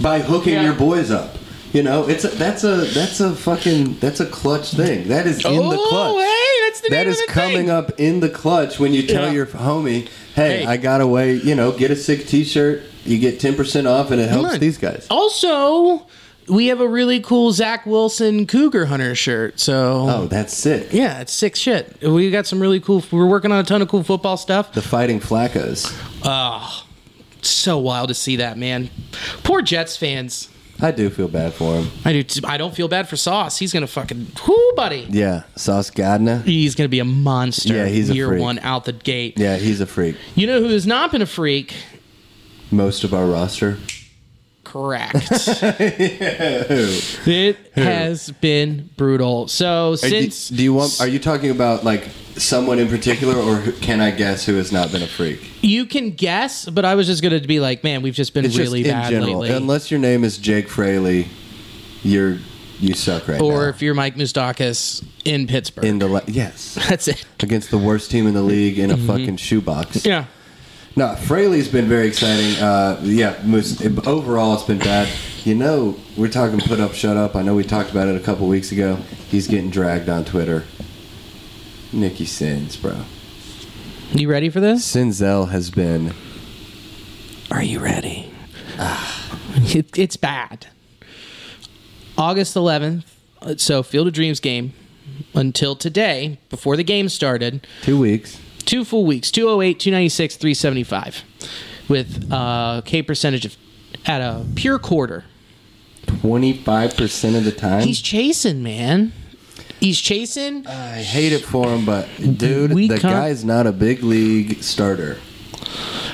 S2: by hooking
S1: Yeah.
S2: your boys up. You know, it's a, that's a that's a fucking that's a clutch thing. That is in the clutch.
S1: Oh, hey, that's the
S2: That
S1: name
S2: is
S1: of the
S2: coming
S1: thing.
S2: up in the clutch when you tell
S1: Yeah.
S2: your homie, hey,
S1: Hey.
S2: I got away, you know, get a sick t shirt. You get 10% off and it
S1: Come
S2: helps
S1: on.
S2: these guys.
S1: Also, we have a really cool Zach Wilson Cougar Hunter shirt. So
S2: Oh, that's sick.
S1: yeah, it's sick shit. We got some really cool. We're working on a ton of cool football stuff. Ah,
S2: The Fighting Flaccos.
S1: so wild to see that man. Poor Jets fans.
S2: I do feel bad for him.
S1: I do. T- I don't feel bad for Sauce. He's gonna fucking whoo, buddy.
S2: Yeah. Sauce Gardner.
S1: He's gonna be a monster.
S2: Yeah, he's a
S1: year
S2: freak.
S1: one out the gate.
S2: Yeah, he's a freak.
S1: You know who has not been a freak?
S2: Most of our roster.
S1: Correct. It has been brutal. So
S2: Are you-
S1: since
S2: do you want? Are you talking about like someone in particular, or who- can I guess who has not been a freak?
S1: you can guess, but I was just going to be like, man, we've just been
S2: It's
S1: really
S2: just in
S1: bad
S2: general.
S1: lately.
S2: Unless your name is Jake Fraley, you're you suck right
S1: or
S2: now.
S1: if you're Mike Moustakis in Pittsburgh,
S2: in the la- yes
S1: that's it.
S2: against the worst team in the league in a
S1: Mm-hmm.
S2: fucking shoebox.
S1: Yeah.
S2: No, Fraley's been very exciting. Uh, yeah, Moose, overall it's been bad. You know, we're talking put up, shut up. I know we talked about it a couple weeks ago. He's getting dragged on Twitter. Nikki Sins, bro.
S1: You ready for this?
S2: Sinzel has been.
S1: Are you ready? Ah. it, it's bad. August 11th, uh, so Field of Dreams game until today, before the game started,
S2: Two weeks.
S1: two oh full weeks 208 296 375 with uh k percentage of at a pure quarter
S2: 25% of the time.
S1: he's chasing man he's chasing
S2: I hate it for him, but dude,
S1: We
S2: the
S1: can't-
S2: guy's not a big league starter.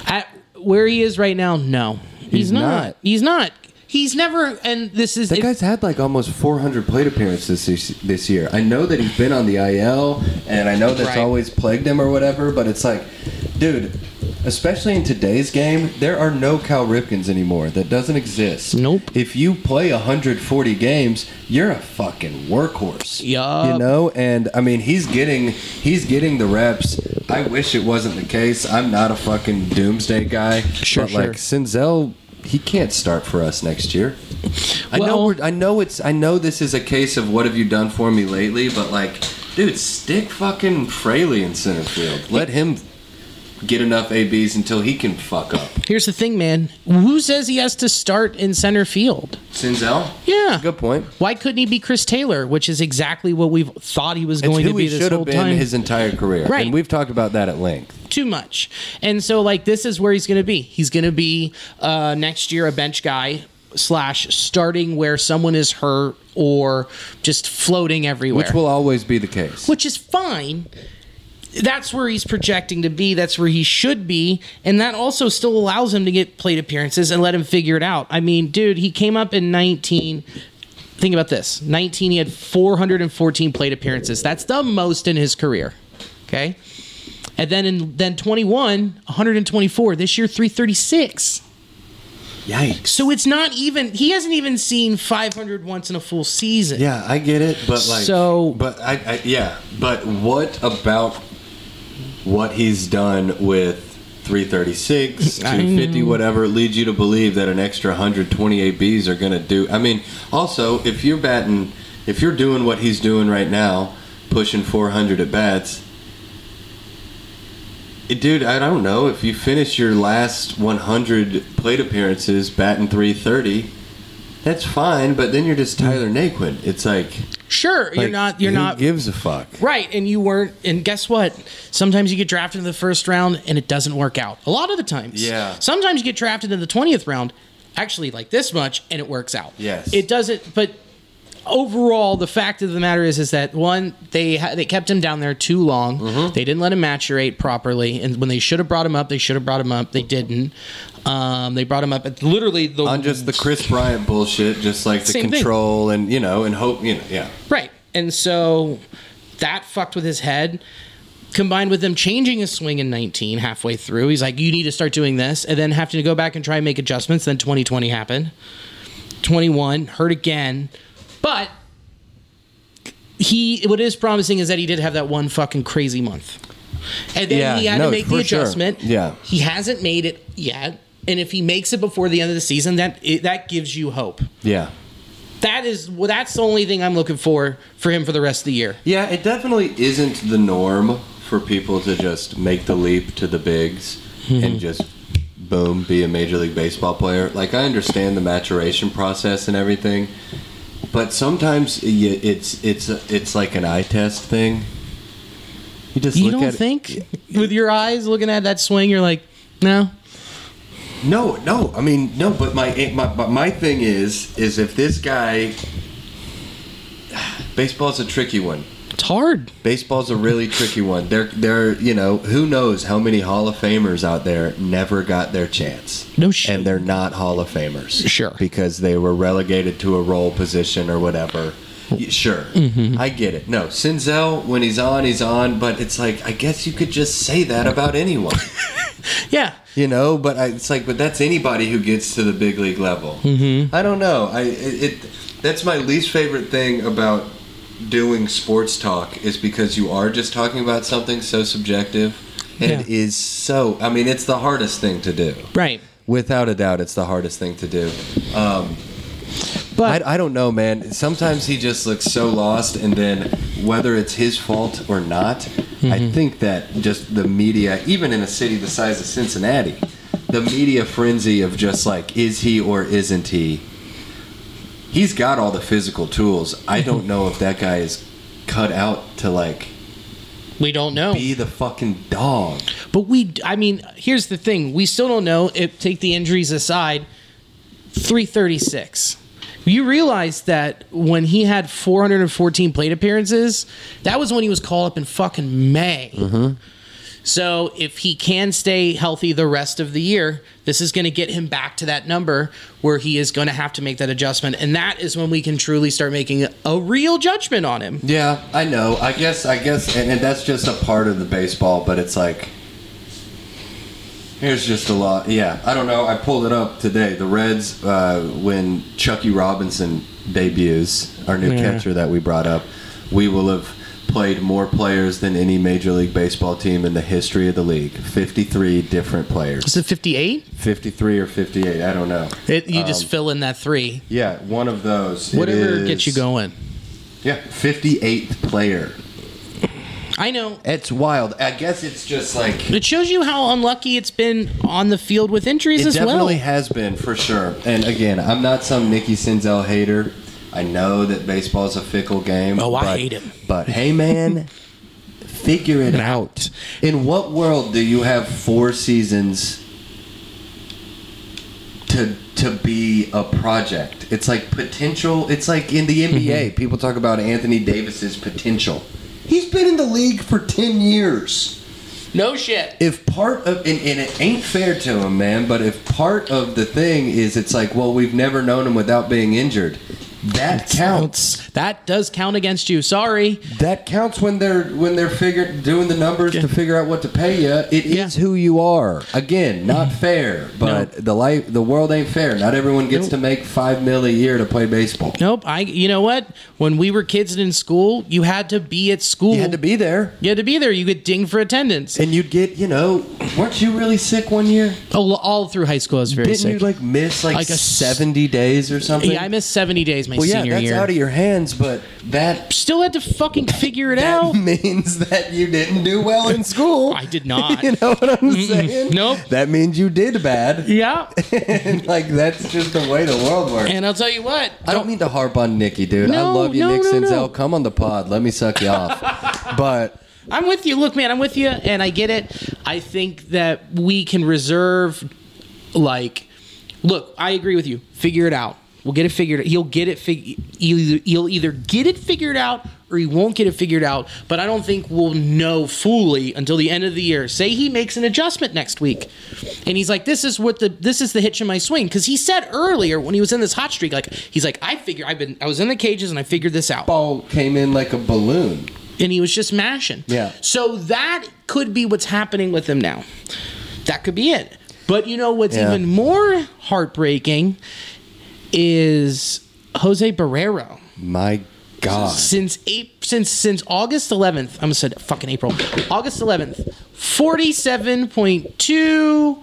S1: at where he is right now no he's, not.
S2: not.
S1: he's not he's never and this is
S2: That
S1: if-
S2: guy's had like almost 400 plate appearances this, this year. I know that he's been on the IL, and I know that's
S1: Right.
S2: always plagued him or whatever. But it's like, dude, especially in today's game, there are no Cal Ripkins anymore. That doesn't exist.
S1: Nope.
S2: If you play 140 games, you're a fucking workhorse.
S1: Yup.
S2: You know, and I mean, he's getting he's getting the reps. I wish it wasn't the case. I'm not a fucking doomsday guy.
S1: Sure,
S2: but
S1: sure.
S2: like Sinzel he can't start for us next year. I know
S1: Well-
S2: we're, I know it's I know this is a case of what have you done for me lately, but like, dude, stick fucking Fraley in center field. Let him get enough ABs until he can fuck up.
S1: Here's the thing, man. Who says he has to start in center field?
S2: Sinzel?
S1: Yeah.
S2: Good point.
S1: Why couldn't he be Chris Taylor, which is exactly what we've thought he was
S2: It's
S1: going
S2: who
S1: to be
S2: he
S1: this
S2: should
S1: whole
S2: have been
S1: time?
S2: his entire career.
S1: Right.
S2: And we've talked about that at length.
S1: too much. And so like this is where he's going to be. He's going to be uh, next year a bench guy slash starting where someone is hurt or just floating everywhere,
S2: Which will always be the case.
S1: which is fine. That's where he's projecting to be. That's where he should be, and that also still allows him to get plate appearances and let him figure it out. I mean, dude, he came up in 19. Think about this: 19, he had 414 plate appearances. That's the most in his career. Okay. And then in then 21, 124. This year 336.
S2: Yikes.
S1: So it's not even he hasn't even seen 500 once in a full season.
S2: Yeah, I get it, but like,
S1: So-
S2: but I, I, yeah, but what about what he's done with 336, 250, whatever, leads you to believe that an extra 128 Bs are going to do? I mean, also, if you're batting, if you're doing what he's doing right now, pushing 400 at bats. eh, Dude, I don't know. If you finish your last 100 plate appearances batting 330, that's fine, but then you're just Tyler Naquin. It's like
S1: Sure, you're
S2: like,
S1: not you're
S2: who
S1: not
S2: gives a fuck.
S1: Right, and you weren't. And guess what? Sometimes you get drafted in the first round and it doesn't work out. A lot of the times.
S2: Yeah.
S1: Sometimes you get drafted in the 20th round, actually like this much, and it works out.
S2: Yes.
S1: It doesn't, but overall, the fact of the matter is, is that one, they ha- they kept him down there too long.
S2: Mm-hmm.
S1: They didn't let him maturate properly. And when they should have brought him up, they should have brought him up. They didn't. Um, they brought him up at literally the.
S2: On just the Chris Bryant bullshit, just like the
S1: Same thing.
S2: control and you know and hope you know yeah.
S1: Right. And so that fucked with his head. Combined with them changing his swing in 19 halfway through, he's like, you need to start doing this, and then having to go back and try and make adjustments. Then 2020 happened. 21, hurt again. But he, what is promising is that he did have that one fucking crazy month. And then
S2: Yeah,
S1: he had
S2: no,
S1: to make the
S2: for sure.
S1: adjustment.
S2: Yeah.
S1: He hasn't made it yet. And if he makes it before the end of the season, that, it, that gives you hope.
S2: Yeah.
S1: That is well, that's the only thing I'm looking for for him for the rest of the year.
S2: Yeah, it definitely isn't the norm for people to just make the leap to the bigs
S1: Mm-hmm.
S2: and just boom be a major league baseball player. Like I understand the maturation process and everything, but sometimes y- it's it's it's like an eye test thing. You just
S1: You
S2: look
S1: don't
S2: at it-
S1: think with your eyes looking at that swing, you're like, no.
S2: No, no. I mean, no. But my eh, my but my thing is is if this guy, baseball's a tricky one.
S1: It's hard.
S2: Baseball's a really tricky one. There, there. You know, who knows how many Hall of Famers out there never got their chance.
S1: No shit.
S2: And they're not Hall of Famers.
S1: Sure.
S2: Because they were relegated to a role position or whatever. Y- Sure.
S1: Mm-hmm.
S2: I get it. No, Sinzel, when he's on, he's on. But it's like I guess you could just say that about anyone.
S1: Yeah.
S2: You know, but I, it's like, but that's anybody who gets to the big league level. Mm-hmm. I don't know. I it, it that's my least favorite thing about doing sports talk is because you are just talking about something so subjective, and it
S1: Yeah.
S2: is so. I mean, it's the hardest thing to do,
S1: Right.
S2: without a doubt. It's the hardest thing to do. Um,
S1: But
S2: I, I don't know, man. Sometimes he just looks so lost, and then whether it's his fault or not, I think that just the media, even in a city the size of Cincinnati, the media frenzy of just like, is he or isn't he? He's got all the physical tools. I don't know if that guy is cut out to like
S1: we don't know.
S2: be the fucking dog.
S1: But we, I mean, here's the thing: we still don't know. If take the injuries aside, three thirty six. You realize that when he had 414 plate appearances, that was when he was called up in fucking May.
S2: Mm-hmm.
S1: So if he can stay healthy the rest of the year, this is going to get him back to that number where he is going to have to make that adjustment, and that is when we can truly start making a real judgment on him.
S2: Yeah, I know. I guess, I guess, and, and that's just a part of the baseball, but it's like, here's just a lot. Yeah, I don't know. I pulled it up today. The Reds, uh, when Chucky Robinson debuts, our new catcher that we brought up, we will have played more players than any Major League Baseball team in the history of the league. 53 different players.
S1: Is it 58?
S2: 53 or 58, I don't know.
S1: It, you just fill in that three.
S2: Yeah, one of those. Um, It
S1: Whatever gets you
S2: is-
S1: going.
S2: Yeah, 58th player.
S1: I know.
S2: It's wild. I guess it's just like
S1: It shows you how unlucky it's been on the field with injuries
S2: It
S1: as well.
S2: definitely has been for sure. And again, I'm not some Nicky Senzel hater. I know that baseball's a fickle game.
S1: Oh, I
S2: but-
S1: hate him.
S2: But hey, man, figure it out. In what world do you have four seasons to to be a project? It's like potential. It's like in the NBA,
S1: Mm-hmm.
S2: people talk about Anthony Davis's potential. He's been in the league for ten years
S1: No shit.
S2: if part of and, and it ain't fair to him man but if part of the thing is it's like well we've never known him without being injured that counts
S1: That does count against you. Sorry.
S2: that counts when they're when they're figuring doing the numbers to figure out what to pay you It is
S1: Yeah. Mm-hmm.
S2: who you are again not fair but the life the world ain't fair not everyone gets to make five mil a year to play baseball
S1: Nope. I. You know what? When we were kids and in school, you had to be at school.
S2: you had to be there
S1: You had to be there. You get dinged for attendance.
S2: and you'd get you know weren't you really sick one year
S1: all, all through high school, I was very
S2: didn't
S1: sick.
S2: you like miss like,
S1: Like a s-
S2: 70 days or something
S1: yeah, I missed seventy days my
S2: Well, yeah,
S1: senior
S2: that's
S1: year.
S2: out of your hands, but that
S1: Still had to fucking figure it out.
S2: means that you didn't do well in school.
S1: I did not.
S2: you know what I'm saying?
S1: Nope.
S2: That means you did bad.
S1: Yeah.
S2: and like that's just the way the world works.
S1: And I'll tell you what.
S2: I don't mean to harp on Nikki, dude. I
S1: No,
S2: love you,
S1: no,
S2: Nick
S1: no,
S2: Senzel.
S1: no.
S2: Come on the pod. Let me suck you off. but
S1: I'm with you. Look, man, I'm with you, and I get it. I think that we can reserve, like, look, I agree with you. Figure it out. We'll get it figured. out. You'll get it. Fig- either, you'll either get it figured out or you won't get it figured out. But I don't think we'll know fully until the end of the year. Say he makes an adjustment next week, and he's like, "This is what the this is the hitch in my swing." Because he said earlier when he was in this hot streak, like he's like, "I figure I've been I was in the cages and I figured this out."
S2: ball came in like a balloon.
S1: and he was just mashing.
S2: Yeah.
S1: So that could be what's happening with him now. That could be it. But you know what's
S2: Yeah.
S1: even more heartbreaking is Jose Barrero.
S2: My God.
S1: Since eight, since since August 11th, I'm gonna say fucking April. August 11th, 47.2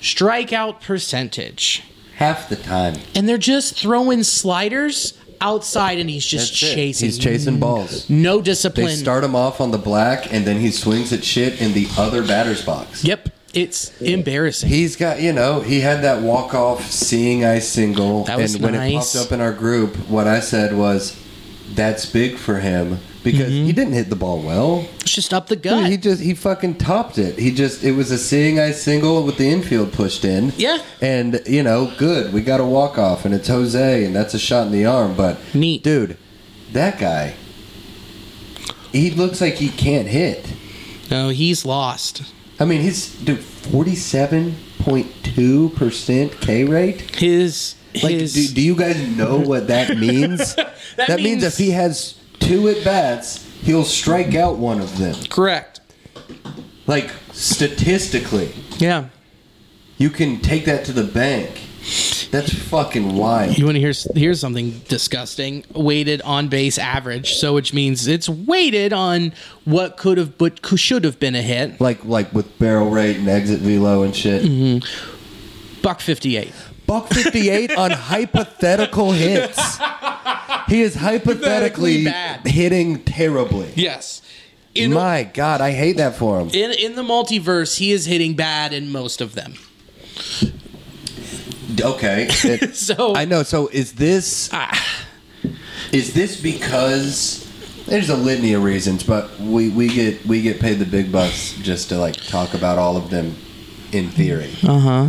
S1: strikeout percentage,
S2: Half the time.
S1: and they're just throwing sliders outside, and he's just
S2: That's it.
S1: chasing.
S2: He's chasing balls.
S1: No
S2: They
S1: discipline.
S2: start him off on the black and then he swings at shit in the other batter's box.
S1: Yep. It's embarrassing.
S2: He's got, you know, he had that walk off seeing eye single.
S1: That was
S2: and when it
S1: nice.
S2: popped up in our group, what I said was, that's big for him because
S1: Mm-hmm.
S2: he didn't hit the ball well.
S1: It's just up the gut.
S2: Dude, he just, he fucking topped it. He just, it was a seeing eye single with the infield pushed in.
S1: Yeah.
S2: And, you know, good. We got a walk off and it's Jose and that's a shot in the arm. But,
S1: Neat.
S2: dude, that guy, he looks like he can't hit.
S1: no, he's lost.
S2: I mean, he's, dude, 47.2% K rate?
S1: His
S2: Like,
S1: his
S2: do, do you guys know what that means? that means,
S1: means-
S2: if he has two at bats, he'll strike out one of them.
S1: correct.
S2: Like statistically,
S1: Yeah.
S2: you can take that to the bank. That's fucking wild.
S1: You want to hear s- hear something disgusting? Weighted on base average, so which means it's weighted on what could have but cou- should have been a hit.
S2: Like like with barrel rate and exit velo and shit.
S1: Mm-hmm. Buck fifty eight.
S2: Buck fifty eight on hypothetical hits. He is
S1: Hypothetically
S2: hypothetically
S1: bad.
S2: hitting terribly.
S1: Yes. In,
S2: My God, I hate that for him.
S1: in in the multiverse, he is hitting bad in most of them.
S2: Okay. It-
S1: So
S2: I know. So is this is this because there's a litany of reasons, but we, we get we get paid the big bucks just to like talk about all of them in theory.
S1: Uh huh.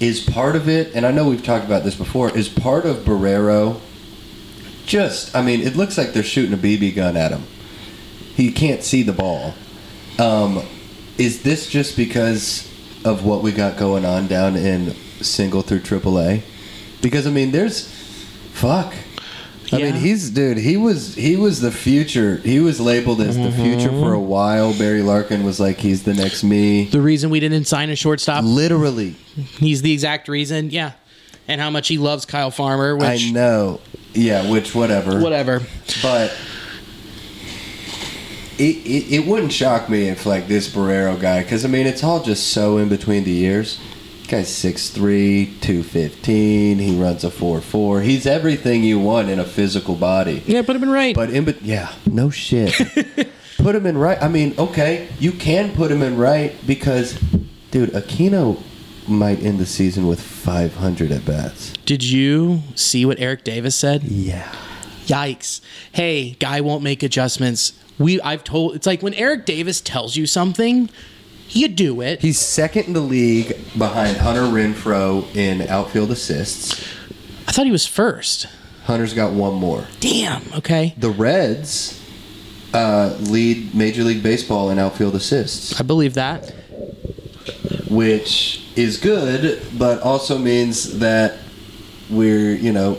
S2: Is part of it, and I know we've talked about this before, is part of Barrero just I mean, it looks like they're shooting a BB gun at him. He can't see the ball. Um, is this just because of what we got going on down in single through triple A? Because I mean there's fuck. I mean,
S1: Yeah.
S2: he's dude. He was he was the future. He was labeled as the future for a while. Barry Larkin was like he's the next me.
S1: The reason we didn't sign a shortstop,
S2: Literally,
S1: he's the exact reason. Yeah. And how much he loves Kyle Farmer, which
S2: I know. Yeah, which whatever.
S1: whatever.
S2: But it, it, it wouldn't shock me if like this Barrero guy, because I mean it's all just so in between the years. Guy's 6'3", 215. He runs a 4'4". He's everything you want in a physical body.
S1: Yeah, put him in right.
S2: But in, bet- yeah, no shit. put him in right. I mean, okay, you can put him in right because, dude, Aquino might end the season with 500 at bats.
S1: Did you see what Eric Davis said?
S2: Yeah.
S1: Yikes. Hey, guy won't make adjustments. We I've told it's like when Eric Davis tells you something, you do it.
S2: He's second in the league behind Hunter Renfro in outfield assists.
S1: I thought he was first.
S2: Hunter's got one more.
S1: Damn, okay.
S2: The Reds uh, lead Major League Baseball in outfield assists,
S1: I believe that.
S2: which is good, but also means that we're, you know,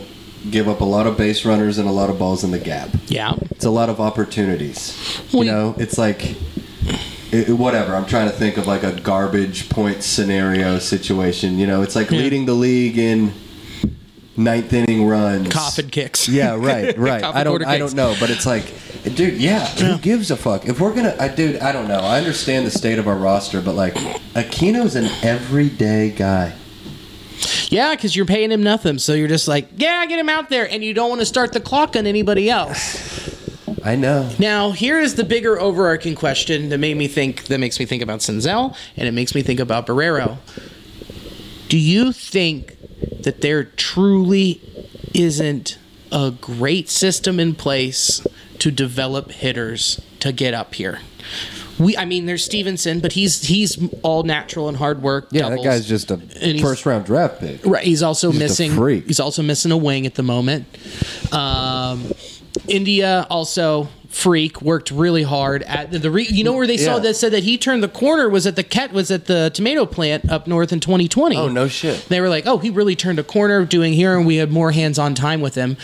S2: give up a lot of base runners and a lot of balls in the gap.
S1: Yeah.
S2: It's a lot of opportunities.
S1: Well,
S2: you
S1: you-
S2: know, it's like. It, whatever. I'm trying to think of like a garbage point scenario situation. You know, it's like
S1: Yeah.
S2: leading the league in ninth inning runs.
S1: Coffin kicks.
S2: Yeah, right, right.
S1: Coffin
S2: I don't,
S1: quarter
S2: I
S1: kicks.
S2: don't know, but it's like, dude, yeah, who gives a fuck? If we're gonna, I, dude, I don't know. I understand the state of our roster, but like, Aquino's an everyday guy.
S1: Yeah, because you're paying him nothing, so you're just like, yeah, get him out there, and you don't want to start the clock on anybody else.
S2: I know.
S1: Now, here is the bigger overarching question that made me think that makes me think about Senzel, and it makes me think about Barrero. Do you think that there truly isn't a great system in place to develop hitters to get up here? We, I mean, there's Stevenson, but he's he's all natural and hard work.
S2: Yeah,
S1: doubles.
S2: that guy's just a
S1: he's-
S2: first round draft pick.
S1: Right. He's also
S2: He's just a
S1: missing.
S2: freak.
S1: He's also missing a wing at the moment. Um, India also freak worked really hard at the. the re, you know where they saw
S2: Yeah.
S1: that said that he turned the corner was at the cat was at the tomato plant up north in 2020.
S2: Oh, no shit.
S1: They were like, oh, he really turned a corner doing here, and we had more hands on time with him.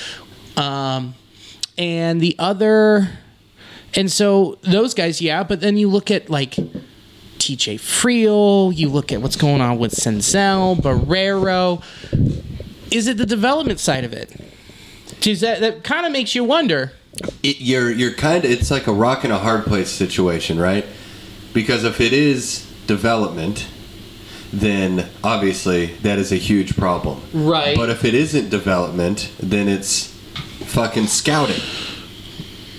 S1: Um, and the other, and so those guys, yeah. But then you look at like TJ Friel. You look at what's going on with Senzel, Barrero. Is it the development side of it? Does that that kind of makes you wonder?
S2: it, you're you're kind of it's like a rock and a hard place situation, right? Because if it is development, then obviously that is a huge problem.
S1: Right.
S2: But if it isn't development, then it's fucking scouting.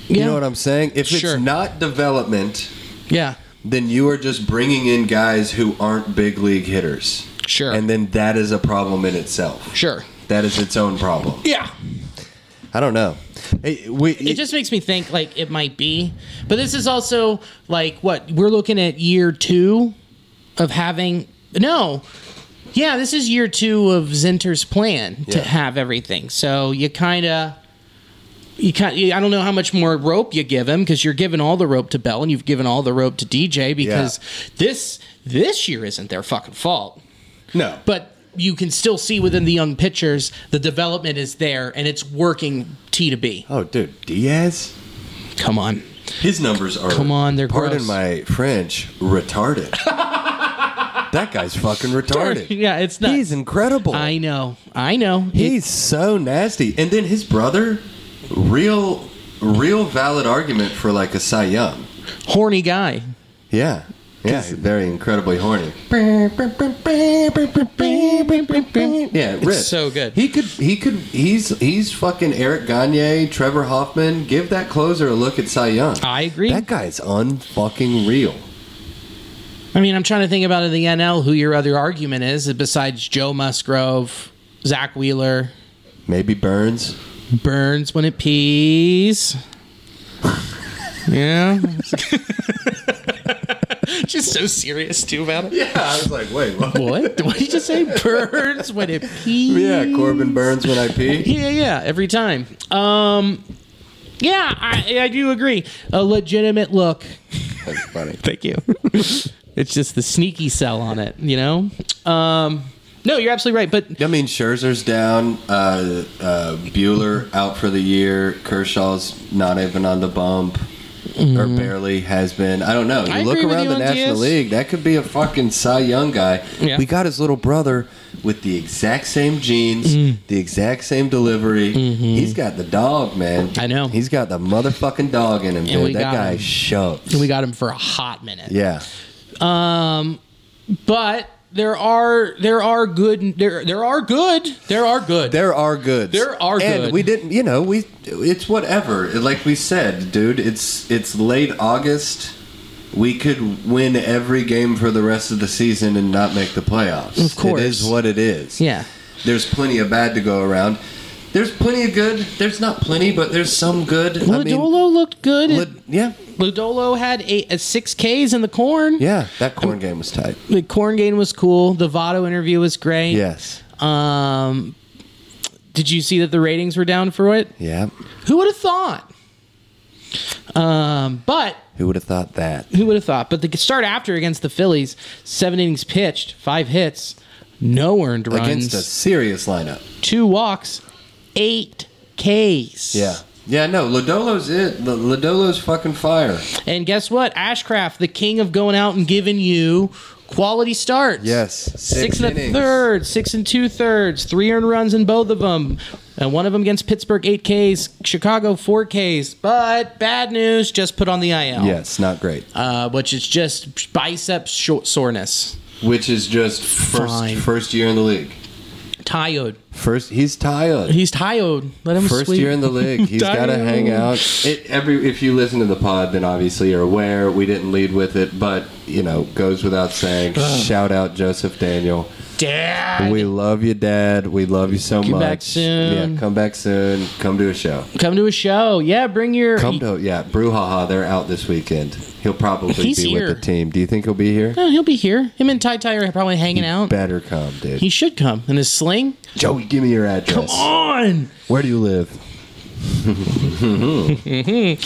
S2: You know what I'm saying? If
S1: Sure.
S2: it's not development,
S1: yeah.
S2: then you are just bringing in guys who aren't big league hitters.
S1: Sure.
S2: And then that is a problem in itself.
S1: Sure.
S2: That is its own problem.
S1: Yeah.
S2: I don't know. Hey, we,
S1: It just makes me think like it might be, but this is also like what we're looking at year two of having no. Yeah, this is year two of Zinter's plan to
S2: Yeah.
S1: have everything. So you kind of you kind I don't know how much more rope you give him because you're giving all the rope to Bell and you've given all the rope to DJ because this this year isn't their fucking fault.
S2: no.
S1: But you can still see within the young pitchers the development is there and it's working T to B.
S2: oh, dude, Diaz.
S1: Come on.
S2: His numbers are
S1: Come on, they're
S2: pardon
S1: gross.
S2: my French, retarded. that guy's fucking retarded.
S1: Yeah, it's nuts.
S2: He's incredible.
S1: I know. I know.
S2: He's so nasty. And then his brother, real, real valid argument for like a Cy Young.
S1: Horny guy.
S2: Yeah, yeah, very incredibly horny. Yeah, Rip.
S1: so good.
S2: He could, he could, he's he's fucking Eric Gagne, Trevor Hoffman. Give that closer a look at Cy Young.
S1: I agree.
S2: That guy's unfucking real.
S1: I mean, I'm trying to think about in the NL who your other argument is besides Joe Musgrove, Zach Wheeler,
S2: Maybe Burns.
S1: Burns when it pees. Yeah. Just so serious too about it.
S2: Yeah, I was like, wait, what?
S1: What? What did you just say? Burns when it pees.
S2: Yeah, Corbin Burns when I pee.
S1: Yeah, yeah, every time. Um, yeah, I, I do agree. A legitimate look.
S2: That's funny.
S1: Thank you. it's just the sneaky sell on it, you know. Um, no, you're absolutely right. But
S2: I mean, Scherzer's down, uh, uh, Bueller out for the year, Kershaw's not even on the bump. or
S1: Mm-hmm.
S2: barely has been. I don't know. You
S1: I
S2: look
S1: agree with
S2: around
S1: you
S2: the
S1: on
S2: National
S1: TS.
S2: League, that could be a fucking Cy Young guy.
S1: Yeah.
S2: We got his little brother with the exact same genes,
S1: Mm.
S2: the exact same delivery. He's got the dog, man.
S1: Mm-hmm. I know.
S2: He's got the motherfucking dog in him, dude.
S1: we
S2: that
S1: got
S2: guy
S1: him.
S2: shoves.
S1: And we got him for a hot minute. Um,
S2: yeah.
S1: But there are there are good there there are good there are good.
S2: There are goods.
S1: There are
S2: and
S1: good.
S2: we didn't, you know, we it's whatever. Like we said, dude, it's it's late August. We could win every game for the rest of the season and not make the playoffs.
S1: Of course.
S2: it is what it is.
S1: yeah.
S2: there's plenty of bad to go around. There's plenty of good. There's not plenty, but there's some good. I mean,
S1: Lodolo looked good.
S2: Lid- yeah,
S1: Lodolo had eight, uh, six Ks in the corn.
S2: yeah. That corn game was tight.
S1: The corn game was cool. The Votto interview was great.
S2: Yes.
S1: Um, did you see that the ratings were down for it?
S2: Yeah.
S1: Who would have thought? Um, but
S2: Who would have thought that?
S1: who would have thought? But the start after against the Phillies, seven innings pitched, five hits, no earned
S2: Against
S1: runs,
S2: a serious lineup.
S1: two walks, eight Ks.
S2: Yeah. Yeah, no, Lodolo's it. L- Lodolo's fucking fire.
S1: And guess what? Ashcraft, the king of going out and giving you quality starts.
S2: Yes.
S1: Six,
S2: Six
S1: and
S2: innings.
S1: a third, six and two thirds, three earned runs in both of them. And one of them against Pittsburgh, eight Ks, Chicago, four Ks. But bad news, just put on the IL.
S2: Yes, not great.
S1: Uh, which is just bicep short soreness.
S2: Which is just first
S1: Fine.
S2: first year in the league.
S1: Tired.
S2: First, he's tired.
S1: He's tired. Let him
S2: First
S1: sleep.
S2: year in the league, he's got to
S1: Tired.
S2: hang out. It, every if you listen to the pod, then obviously you're aware we didn't lead with it, but you know goes without saying.
S1: Uh.
S2: Shout out Joseph Daniel.
S1: Dad.
S2: We love you, Dad. We love you so
S1: Come
S2: much.
S1: back soon.
S2: Yeah, come back soon. Come to a show.
S1: Come to a show. Yeah, bring your.
S2: Come to yeah, Brouhaha. They're out this weekend. He'll probably
S1: He's
S2: be
S1: here.
S2: with the team. Do you think he'll be here?
S1: Oh, he'll be here. Him and Ty Ty are probably hanging out.
S2: Better come, dude.
S1: He should come in his sling.
S2: Joey, give me your address.
S1: Come on.
S2: Where do you live?
S1: I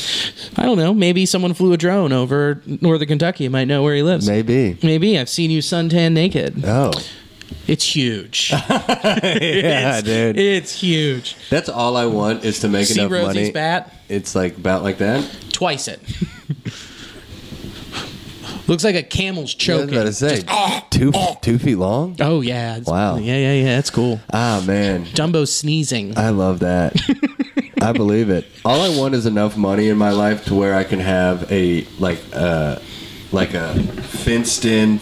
S1: don't know. Maybe someone flew a drone over northern Kentucky. and Might know where he lives. Maybe,
S2: Maybe.
S1: I've seen you suntan naked.
S2: Oh,
S1: It's huge.
S2: yeah, dude.
S1: it's huge.
S2: That's all I want is to make
S1: See
S2: enough
S1: Rosie's
S2: money.
S1: bat.
S2: It's like about like that.
S1: Twice it. Looks like a camel's
S2: I was
S1: choking.
S2: about to say two
S1: eh,
S2: two feet long.
S1: oh yeah. It's-
S2: Wow.
S1: Yeah, yeah, yeah. That's cool.
S2: Ah man,
S1: Dumbo sneezing.
S2: I love that. I believe it. All I want is enough money in my life to where I can have a like uh like a fenced in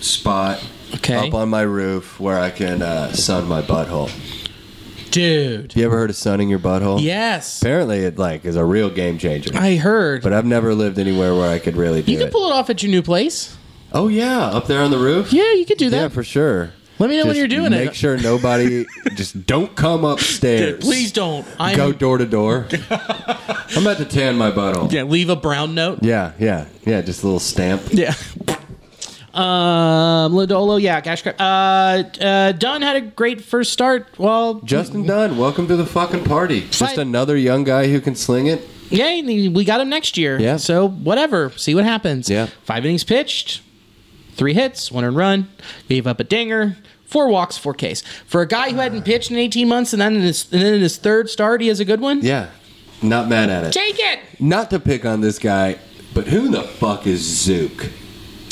S2: spot
S1: Okay.
S2: up on my roof where I can uh, sun my butthole.
S1: Dude.
S2: You ever heard of sunning your butthole?
S1: Yes.
S2: Apparently, it like is a real game changer.
S1: I heard.
S2: but I've never lived anywhere where I could really do
S1: you could
S2: it.
S1: pull it off at your new place.
S2: oh yeah, up there on the roof.
S1: Yeah, you could do
S2: Yeah,
S1: that.
S2: for sure.
S1: Let me know when
S2: Just
S1: you're doing
S2: make
S1: it.
S2: sure nobody just don't come upstairs.
S1: Dude, please don't. I'm,
S2: go door to door. I'm about to tan my butthole.
S1: yeah, leave a brown note.
S2: yeah, yeah, yeah, Just a little stamp.
S1: Yeah. Um, Lodolo, yeah, Gash. Uh, uh, Dunn had a great first start. Well,
S2: Justin Dunn, welcome to the fucking party. Just
S1: Fine.
S2: another young guy who can sling it.
S1: yay, we got him next year.
S2: Yeah.
S1: So whatever, see what happens.
S2: Yeah.
S1: Five innings pitched, three hits, one earned run, gave up a dinger, four walks, four Ks. For a guy who hadn't pitched in 18 months, and then in his and then in his third start, he has a good one.
S2: Yeah, not mad at it.
S1: Take it.
S2: Not to pick on this guy, but who the fuck is Zook?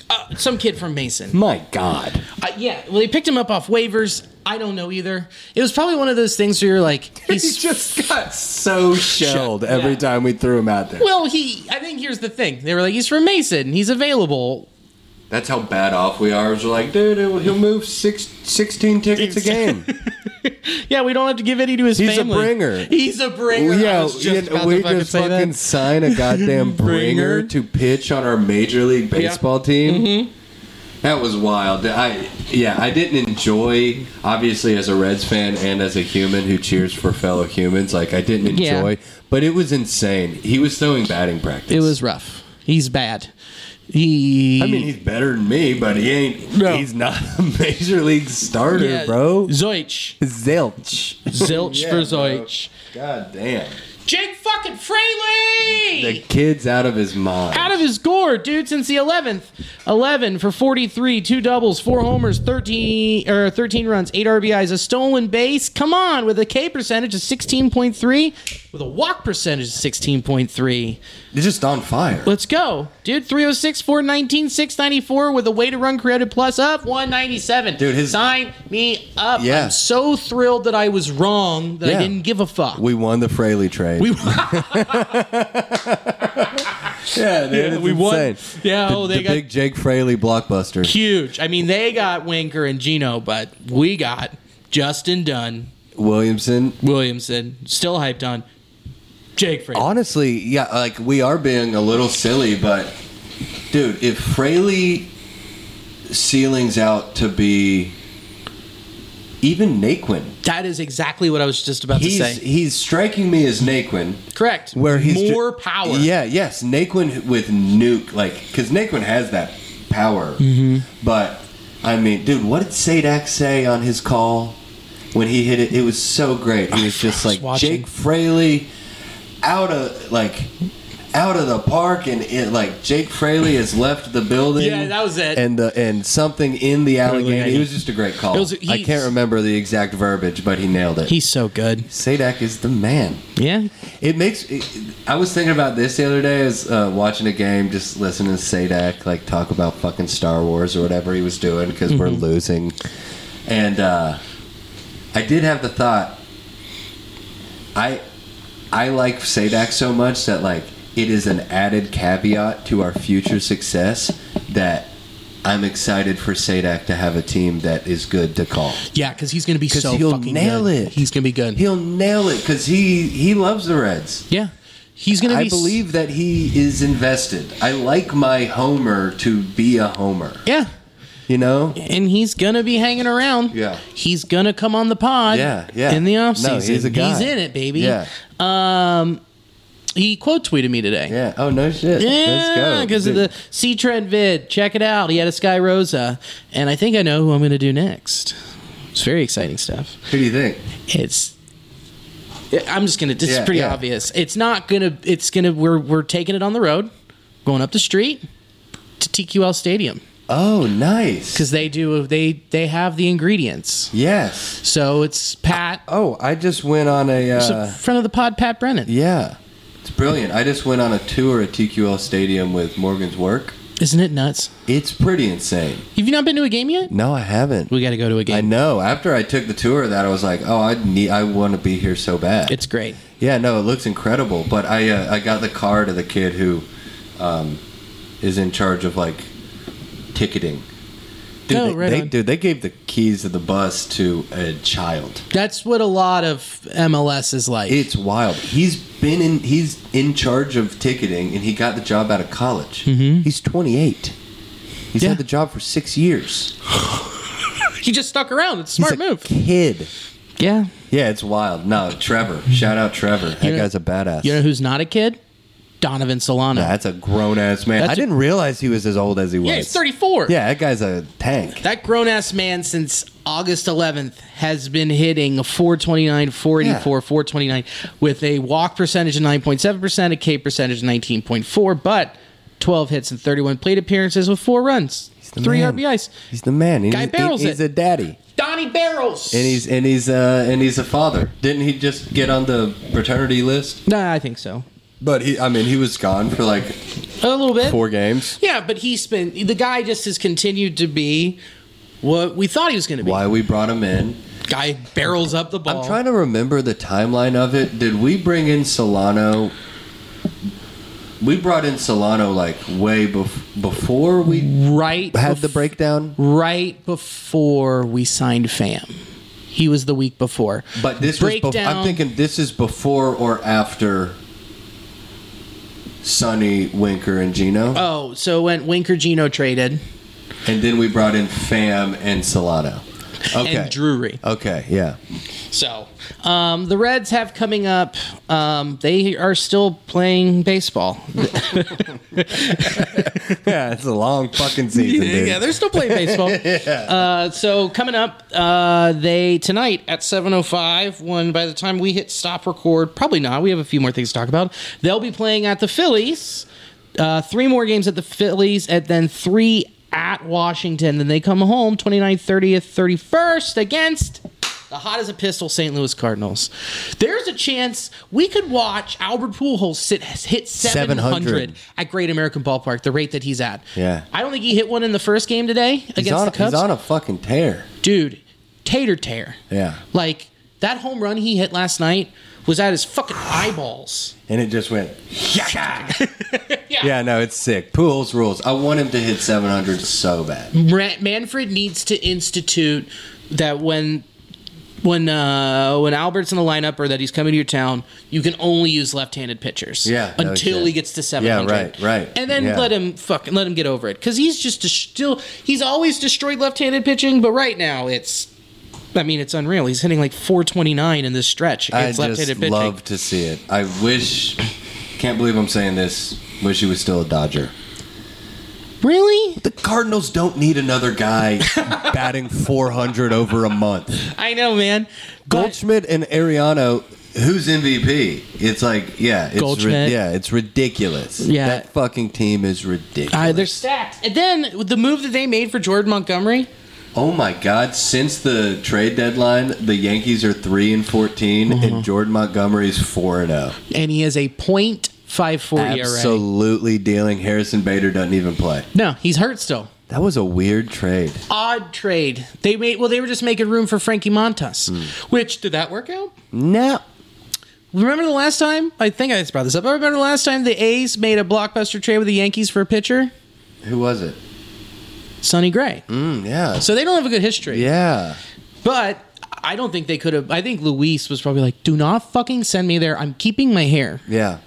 S1: Uh, some kid from Mason.
S2: My God,
S1: Uh, yeah, well, they picked him up off waivers. I don't know either. It was probably one of those things where you're like,
S2: he
S1: he's
S2: just got so shelled
S1: Yeah.
S2: every time we threw him out there.
S1: well, he. I think here's the thing. They were like, he's from Mason. He's available.
S2: That's how bad off we are. We're like, dude, he'll he'll move six, 16 tickets a game.
S1: Yeah, we don't have to give any to his
S2: He's a
S1: family.
S2: bringer.
S1: He's a bringer. I was
S2: you
S1: just
S2: know,
S1: about
S2: we
S1: to fucking
S2: just
S1: say
S2: fucking
S1: that.
S2: sign a goddamn
S1: Bringer. Mm-hmm.
S2: bringer to pitch on our major league baseball team. That was wild. I yeah, I didn't enjoy obviously as a Reds fan and as a human who cheers for fellow humans. Like I didn't
S1: Yeah.
S2: enjoy, but it was insane. He was throwing batting practice.
S1: It was rough. He's bad. He.
S2: I mean, he's better than me, but he ain't.
S1: No.
S2: He's not a major league starter,
S1: yeah,
S2: bro.
S1: Zoich.
S2: Zilch.
S1: Zilch
S2: Yeah,
S1: for
S2: bro.
S1: Zoich.
S2: God damn.
S1: Jake fucking Fraley!
S2: The kid's out of his mind.
S1: out of his gourd, dude, since the 11th. 11 for 43, two doubles, four homers, 13 or 13 runs, eight RBIs, a stolen base. Come on, with a K percentage of 16.3, with a walk percentage of 16.3.
S2: They're just on fire.
S1: Let's go. Dude, 306, 419, 694 with a way to run created plus up, 197.
S2: Dude, his-
S1: Sign me up.
S2: Yeah.
S1: I'm so thrilled that I was wrong that
S2: Yeah.
S1: I didn't give a fuck.
S2: We won the Fraley trade.
S1: We-
S2: yeah, dude, it's
S1: we won.
S2: insane.
S1: Yeah,
S2: The,
S1: oh, they
S2: the
S1: got-
S2: big Jake Fraley blockbuster.
S1: huge. I mean, they got Winker and Gino, but we got Justin Dunn,
S2: Williamson.
S1: Williamson, still hyped on Jake Fraley.
S2: Honestly, yeah, like we are being a little silly, but dude, if Fraley ceilings out to be even Naquin,
S1: that is exactly what I was just about to
S2: he's
S1: say.
S2: he's striking me as Naquin.
S1: Correct.
S2: Where he's ju-
S1: more power.
S2: Yeah, yes, Naquin with nuke, like because Naquin has that power. But I mean, dude, what did Sadak say on his call when he hit it? It was so great. He was just
S1: I was
S2: like
S1: watching.
S2: Jake Fraley out of like out of the park, and it like Jake Fraley has left the building.
S1: Yeah, that was it.
S2: And the and something in the Allegheny.
S1: Allegheny.
S2: It was just a great call.
S1: It was-
S2: I
S1: he's-
S2: can't remember the exact verbiage, but he nailed it.
S1: He's so good.
S2: Sadak is the man.
S1: Yeah.
S2: It makes. It, I was thinking about this the other day. As uh, watching a game, just listening to Sadak like talk about fucking Star Wars or whatever he was doing because we're
S1: Mm-hmm.
S2: losing, and uh, I did have the thought. I, I like Sadak so much that like it is an added caveat to our future success that. I'm excited for Sadak to have a team that is good to call.
S1: Yeah, because he's going to be
S2: Because
S1: so
S2: he'll
S1: fucking
S2: nail
S1: good.
S2: it.
S1: He's going to be good.
S2: He'll nail it because he he loves the Reds.
S1: yeah. He's going to
S2: I
S1: be. s-
S2: believe that he is invested. I like my Homer to be a Homer.
S1: Yeah.
S2: You know?
S1: And he's going to be hanging around.
S2: Yeah.
S1: He's going to come on the pod
S2: Yeah, yeah.
S1: in the
S2: No,
S1: offseason.
S2: he's a guy.
S1: He's in it, baby.
S2: Yeah.
S1: Um, he quote tweeted me today.
S2: Yeah. Oh no shit. Let's
S1: Yeah,
S2: go.
S1: because of the
S2: Dude,
S1: C Trend vid. Check it out. He had a Sky Rosa, and I think I know who I'm going to do next. It's very exciting stuff.
S2: Who do you think?
S1: It's. I'm just gonna. This
S2: Yeah,
S1: is pretty
S2: yeah.
S1: obvious. It's not gonna. It's gonna. We're we're taking it on the road, going up the street to TQL Stadium
S2: Oh, nice.
S1: because they do. They they have the ingredients.
S2: Yes.
S1: So it's Pat,
S2: Oh, I just went on a. Uh,
S1: so front of the pod, Pat Brennan.
S2: yeah. It's brilliant. I just went on a tour at TQL Stadium with Morgan's work.
S1: Isn't it nuts?
S2: It's pretty insane.
S1: Have you not been to a game yet?
S2: No, I haven't.
S1: We got to go to a
S2: I
S1: game.
S2: know. After I took the tour of that, I was like, "Oh, I need. I want to be here so bad."
S1: It's great.
S2: Yeah, no, it looks incredible. But I uh, I got the card of the kid who um, is in charge of like ticketing. Dude,
S1: Oh,
S2: they,
S1: right
S2: they,
S1: on.
S2: dude, they gave the keys of the bus to a child.
S1: That's what a lot of MLS is like.
S2: It's wild. He's been in he's in charge of ticketing, and he got the job out of college. Mm-hmm. He's 28. He's
S1: Yeah.
S2: had the job for six years.
S1: He just stuck around. It's a smart
S2: He's a
S1: move.
S2: kid.
S1: Yeah.
S2: Yeah, it's wild. No, Trevor. Shout out Trevor. That
S1: know-
S2: guy's a badass.
S1: You know who's not a kid? Donovan Solano.
S2: Nah, that's a grown ass man.
S1: That's
S2: I
S1: a-
S2: didn't realize he was as old as he was.
S1: yeah, he's 34.
S2: Yeah, that guy's a tank.
S1: That grown ass man since August 11th has been hitting 429, 484,
S2: Yeah.
S1: 429 with a walk percentage of 9.7%, a K percentage of 19.4, but 12 hits and 31 plate appearances with four runs,
S2: The
S1: three
S2: man.
S1: RBIs.
S2: He's the man. He's,
S1: Guy barrels
S2: he- he's
S1: it.
S2: a daddy,
S1: Donnie Barrels.
S2: and he's and he's uh, and he's a father. Didn't he just get on the paternity list?
S1: nah, I think so.
S2: But he, I mean, he was gone for like
S1: A little bit.
S2: four games.
S1: Yeah, but he's been the guy. Just has continued to be what we thought he was going to be.
S2: Why we brought him in?
S1: Guy barrels up the ball.
S2: I'm trying to remember the timeline of it. Did we bring in Solano? We brought in Solano like way bef- before we
S1: right
S2: had
S1: bef-
S2: the breakdown.
S1: right before we signed Fam. He was the week before.
S2: But this was. Bef-
S1: breakdown.
S2: I'm thinking this is before or after Sonny Winker and Gino.
S1: Oh, so when Winker Gino traded
S2: And then we brought in Fam and Solano. Okay. Uh.
S1: and Drury,
S2: Okay, yeah.
S1: So um, the Reds have coming up. Um, they are still playing baseball.
S2: Yeah, it's a long fucking season, dude.
S1: yeah, they're still playing baseball. uh, so coming up, uh, they tonight at 7:05. When by the time we hit stop record, probably not. We have a few more things to talk about. They'll be playing at the Phillies. Uh, three more games at the Phillies, and then three at Washington. Then they come home 29th, 30th, 31st against. The hot as a pistol St. Louis Cardinals. There's a chance we could watch Albert Pujols sit, hit 700
S2: 700.
S1: at Great American Ballpark, the rate that he's at.
S2: Yeah.
S1: I don't think he hit one in the first game today
S2: he's,
S1: against
S2: on,
S1: the Cubs.
S2: he's on a fucking tear.
S1: Dude, tater tear.
S2: Yeah.
S1: Like that home run he hit last night was at his fucking eyeballs.
S2: And it just went. yeah. yeah, no, it's sick. Pools rules. I want him to hit 700 so bad.
S1: Ran- Manfred needs to institute that when when uh, when Albert's in the lineup or that he's coming to your town, you can only use left-handed pitchers.
S2: Yeah, no
S1: until
S2: shit.
S1: he gets to
S2: Yeah,
S1: seven hundred.
S2: right, right.
S1: And then
S2: Yeah.
S1: let him fucking let him get over it because he's just dest- still he's always destroyed left-handed pitching, but right now it's. I mean, it's unreal. He's hitting like 429 in this stretch
S2: I
S1: against
S2: just
S1: left-handed pitching.
S2: love to see it. I wish. Can't believe I'm saying this. Wish he was still a Dodger.
S1: really?
S2: The Cardinals don't need another guy batting 400 over a month.
S1: I know, man. But
S2: Goldschmidt and Ariano, who's MVP? It's like, yeah, it's
S1: Goldschmidt.
S2: yeah, it's ridiculous.
S1: Yeah.
S2: that fucking team is ridiculous.
S1: uh, they're stacked. And then with the move that they made for Jordan Montgomery,
S2: Oh my God! Since the trade deadline, the Yankees are three and 14 and Jordan Montgomery's four and oh. zero.
S1: and he has a point five four E ERA.
S2: Absolutely dealing. Harrison Bader doesn't even play.
S1: No, he's hurt still.
S2: That was a weird trade.
S1: Odd trade. They made well. They were just making room for Frankie Montas,
S2: Hmm.
S1: which did that work out?
S2: No,
S1: Remember the last time? I think I just brought this up. I remember the last time the A's made a blockbuster trade with the Yankees for a pitcher,
S2: who was it?
S1: Sonny Gray.
S2: Mm, yeah,
S1: So they don't have a good history.
S2: yeah.
S1: But I don't think they could have. I think Luis was probably like, "Do not fucking send me there. I'm keeping my hair."
S2: Yeah.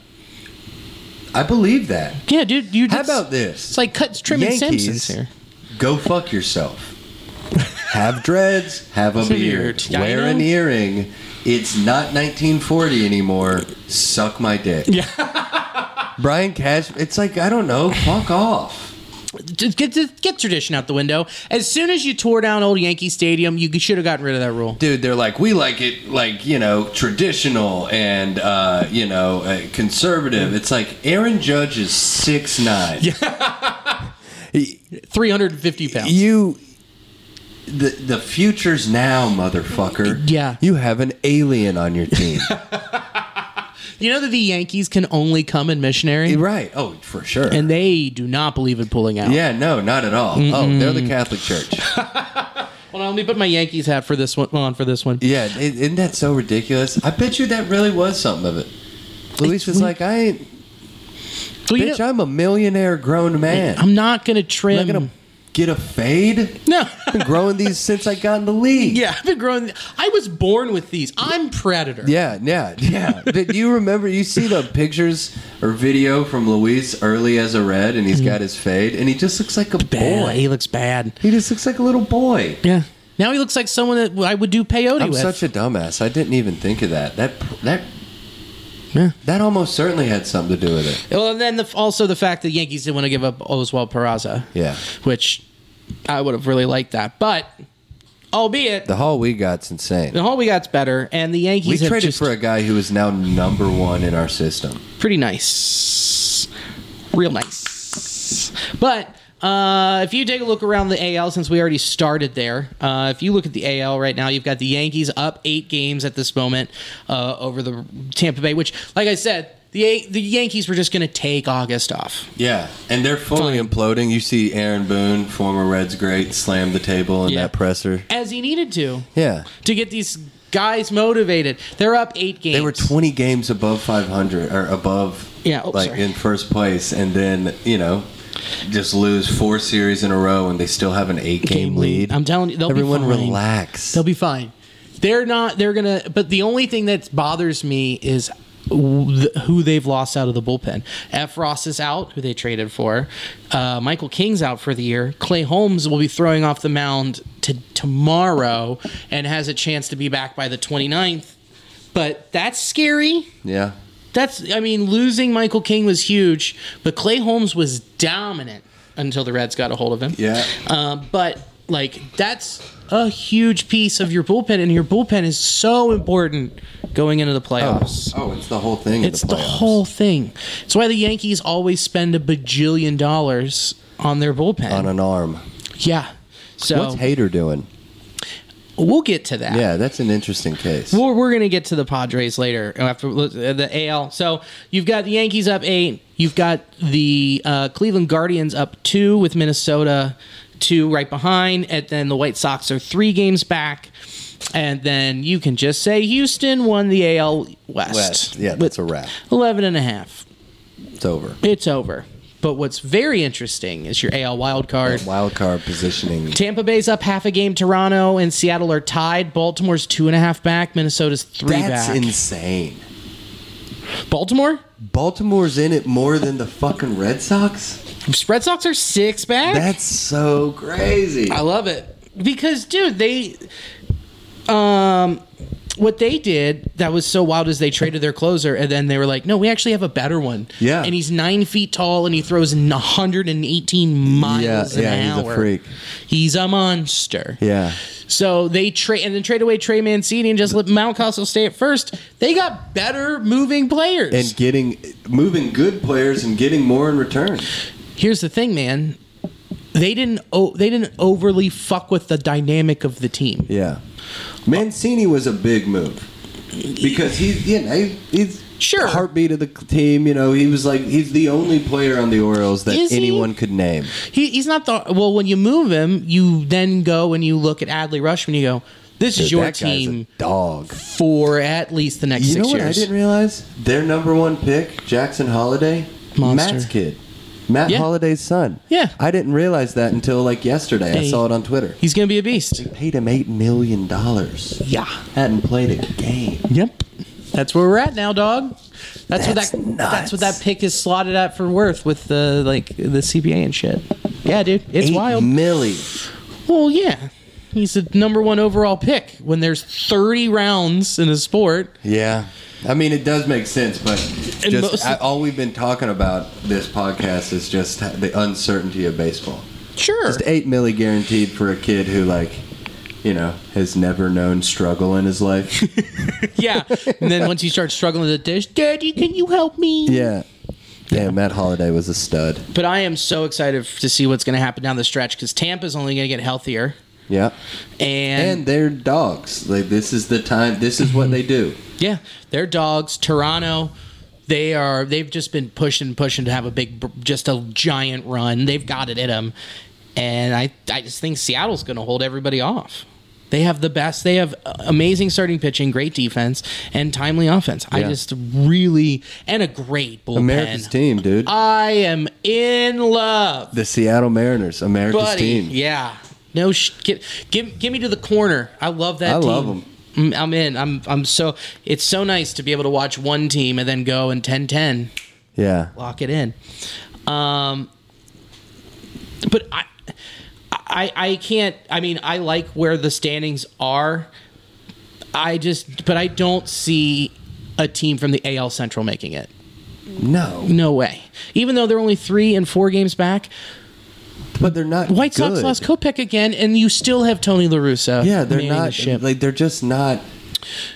S2: I believe that.
S1: Yeah, dude. You.
S2: How
S1: just-
S2: about this?
S1: It's like cut trimming
S2: Yankees.
S1: Simpsons here.
S2: Go fuck yourself. have dreads, have a beard,
S1: Beard. I
S2: wear an
S1: know.
S2: earring. It's not 1940 anymore. Suck my dick. Yeah. Brian Cash, it's like, I don't know, fuck off.
S1: Just get get tradition out the window. As soon as you tore down old Yankee Stadium, you should have gotten rid of that rule.
S2: Dude, they're like, we like it, like, you know, traditional and, uh, you know, uh, conservative. It's like Aaron Judge is 6'9. Yeah.
S1: 350 pounds.
S2: You the the future's now, motherfucker.
S1: Yeah.
S2: You have an alien on your team.
S1: You know that the Yankees can only come in missionary,
S2: right. Oh, for sure.
S1: and they do not believe in pulling out.
S2: yeah, no, not at all. Oh, they're the Catholic Church.
S1: Hold on, let me put my Yankees hat for this one on for this one.
S2: Yeah, i- isn't that so ridiculous? I bet you that really was something of it. Luis was like, I ain't,
S1: Well, you
S2: bitch,
S1: know,
S2: I'm a millionaire grown man. I'm
S1: I'm not gonna
S2: not
S1: trim.
S2: gonna get a fade.
S1: no.
S2: I've been growing these since I got in the league.
S1: yeah, I've been growing. I was born with these. I'm predator.
S2: Yeah, yeah, yeah. but you remember, you see the pictures or video from Luis early as a red, and
S1: Mm-hmm.
S2: he's got his fade, and he just looks like a
S1: Bad.
S2: boy.
S1: He looks bad.
S2: He just looks like a little boy.
S1: Yeah. Now he looks like someone that I would do peyote
S2: I'm
S1: with.
S2: such a dumbass. I didn't even think of that. That that
S1: Yeah.
S2: that almost certainly had something to do with it.
S1: Well, and then the, also the fact that the Yankees didn't want to give up Oswald Peraza.
S2: Yeah.
S1: Which I would have really liked that. But, albeit,
S2: The haul we got's insane.
S1: the whole we got's better, and the
S2: we
S1: Yankees are
S2: traded
S1: just
S2: for a guy who is now number one in our system.
S1: pretty nice. Real nice. But. Uh, if you take a look around the AL, since we already started there, uh, if you look at the AL right now, you've got the Yankees up eight games at this moment uh, over the Tampa Bay. Which, like I said, the A- the Yankees were just going to take August off.
S2: Yeah, and they're fully
S1: Fine.
S2: imploding. You see Aaron Boone, former Reds great, slam the table in
S1: Yeah.
S2: that presser.
S1: as he needed to
S2: Yeah.
S1: to get these guys motivated. They're up eight games.
S2: They were 20 games above 500 or above,
S1: Yeah, oh,
S2: like
S1: sorry.
S2: in first place, and then you know, just lose four series in a row, and they still have an eight-game
S1: Game
S2: lead.
S1: lead. I'm telling you, they'll be
S2: everyone
S1: fine.
S2: relax.
S1: They'll be fine. They're not. They're gonna. But the only thing that bothers me is w- th- who they've lost out of the bullpen. F. Ross is out, who they traded for. Uh, Michael King's out for the year. Clay Holmes will be throwing off the mound to tomorrow and has a chance to be back by the 29th. But that's scary.
S2: Yeah.
S1: That's I mean, losing Michael King was huge, but Clay Holmes was dominant until the Reds got a hold of him.
S2: Yeah.
S1: Uh, but like that's a huge piece of your bullpen, and your bullpen is so important going into the playoffs.
S2: Oh, it's the whole thing. in
S1: it's the,
S2: playoffs.
S1: whole thing. It's why the Yankees always spend a bajillion dollars on their bullpen.
S2: on an arm.
S1: yeah. So
S2: What's Hater doing?
S1: we'll get to that.
S2: Yeah, that's an interesting case.
S1: We're, we're going to get to the Padres later after uh, the AL. So you've got the Yankees up eight. You've got the uh, Cleveland Guardians up two with Minnesota two right behind. And then the White Sox are three games back. And then you can just say Houston won the AL West.
S2: West. Yeah, that's a wrap.
S1: 11 and a half.
S2: It's over.
S1: It's over. But what's very interesting is your AL wild card.
S2: Wild card positioning.
S1: Tampa Bay's up half a game. Toronto and Seattle are tied. Baltimore's two and a half back. Minnesota's three
S2: That's
S1: back.
S2: insane.
S1: Baltimore?
S2: Baltimore's in it more than the fucking Red Sox?
S1: Red Sox are six back.
S2: That's so crazy.
S1: I love it because, dude, they, um, what they did that was so wild is they traded their closer and then they were like, no, we actually have a better one.
S2: Yeah.
S1: and he's nine feet tall and he throws 118 miles
S2: Yeah,
S1: an
S2: yeah, he's
S1: hour.
S2: a freak.
S1: He's a monster.
S2: Yeah.
S1: So they trade and then trade away Trey Mancini and just let Mountcastle stay at first. They got better moving players.
S2: And getting moving good players and getting more in return.
S1: here's the thing, man. They didn't. O- they didn't overly fuck with the dynamic of the team.
S2: Yeah. Mancini was a big move. Because he's you know he- he's
S1: Sure.
S2: heartbeat of the team, you know, he was like he's the only player on the Orioles that
S1: Is he?
S2: anyone could name.
S1: He, he's not the. Well, when you move him, you then go and you look at Adley Rushman. You go, this is
S2: Dude,
S1: your
S2: that guy's a
S1: team
S2: dog.
S1: for at least the next
S2: You know
S1: six
S2: what I
S1: years.
S2: didn't realize? Their number one pick, Jackson Holiday,
S1: Monster.
S2: Matt's kid. Matt
S1: Yeah.
S2: Holiday's son.
S1: Yeah.
S2: I didn't realize that until like yesterday. I
S1: Hey.
S2: saw it on Twitter.
S1: he's going to be a beast.
S2: Paid him eight million dollars.
S1: Yeah.
S2: Hadn't played a game.
S1: Yep. That's where we're at now, dog. That's,
S2: That's
S1: what that.
S2: nuts.
S1: That's what that pick is slotted at for worth with the like the CBA and shit. Yeah, dude, it's
S2: Eight
S1: wild.
S2: milli.
S1: well, yeah. He's the number one overall pick when there's 30 rounds in a sport.
S2: Yeah. I mean, it does make sense, but
S1: And
S2: just
S1: most-
S2: I, all we've been talking about this podcast is just the uncertainty of baseball.
S1: Sure.
S2: Just eight milli guaranteed for a kid who, like, you know, has never known struggle in his life.
S1: yeah. And then once you start struggling with the dish, Daddy, can you help me?
S2: Yeah. Yeah, Matt Holiday was a stud.
S1: But I am so excited to see what's going to happen down the stretch because Tampa's only going to get healthier.
S2: Yeah.
S1: And,
S2: And they're dogs. Like this is the time this is what they do.
S1: yeah, their dogs, Toronto, they are they've just been pushing pushing to have a big br- just a giant run. They've got it in them. And I I just think Seattle's going to hold everybody off. They have the best. They have uh, amazing starting pitching, great defense, and timely offense. I
S2: Yeah.
S1: just really and a great bullpen.
S2: America's team, dude.
S1: I am in love.
S2: the Seattle Mariners, America's
S1: buddy.
S2: team.
S1: Yeah. No, sh- get, give give me to the corner. I love that.
S2: I
S1: team.
S2: love 'em.
S1: Mm, I'm in. I'm I'm so. It's so nice to be able to watch one team and then go and 10-10,
S2: Yeah.
S1: lock it in. Um, but I, I I can't. I mean, I like where the standings are. I just, but I don't see a team from the AL Central making it.
S2: No.
S1: No way. Even though they're only three and four games back,
S2: But they're not
S1: White Sox
S2: good.
S1: lost Kopech again, and you still have Tony La Russa.
S2: Yeah, they're
S1: manning the
S2: not
S1: ship.
S2: like they're just not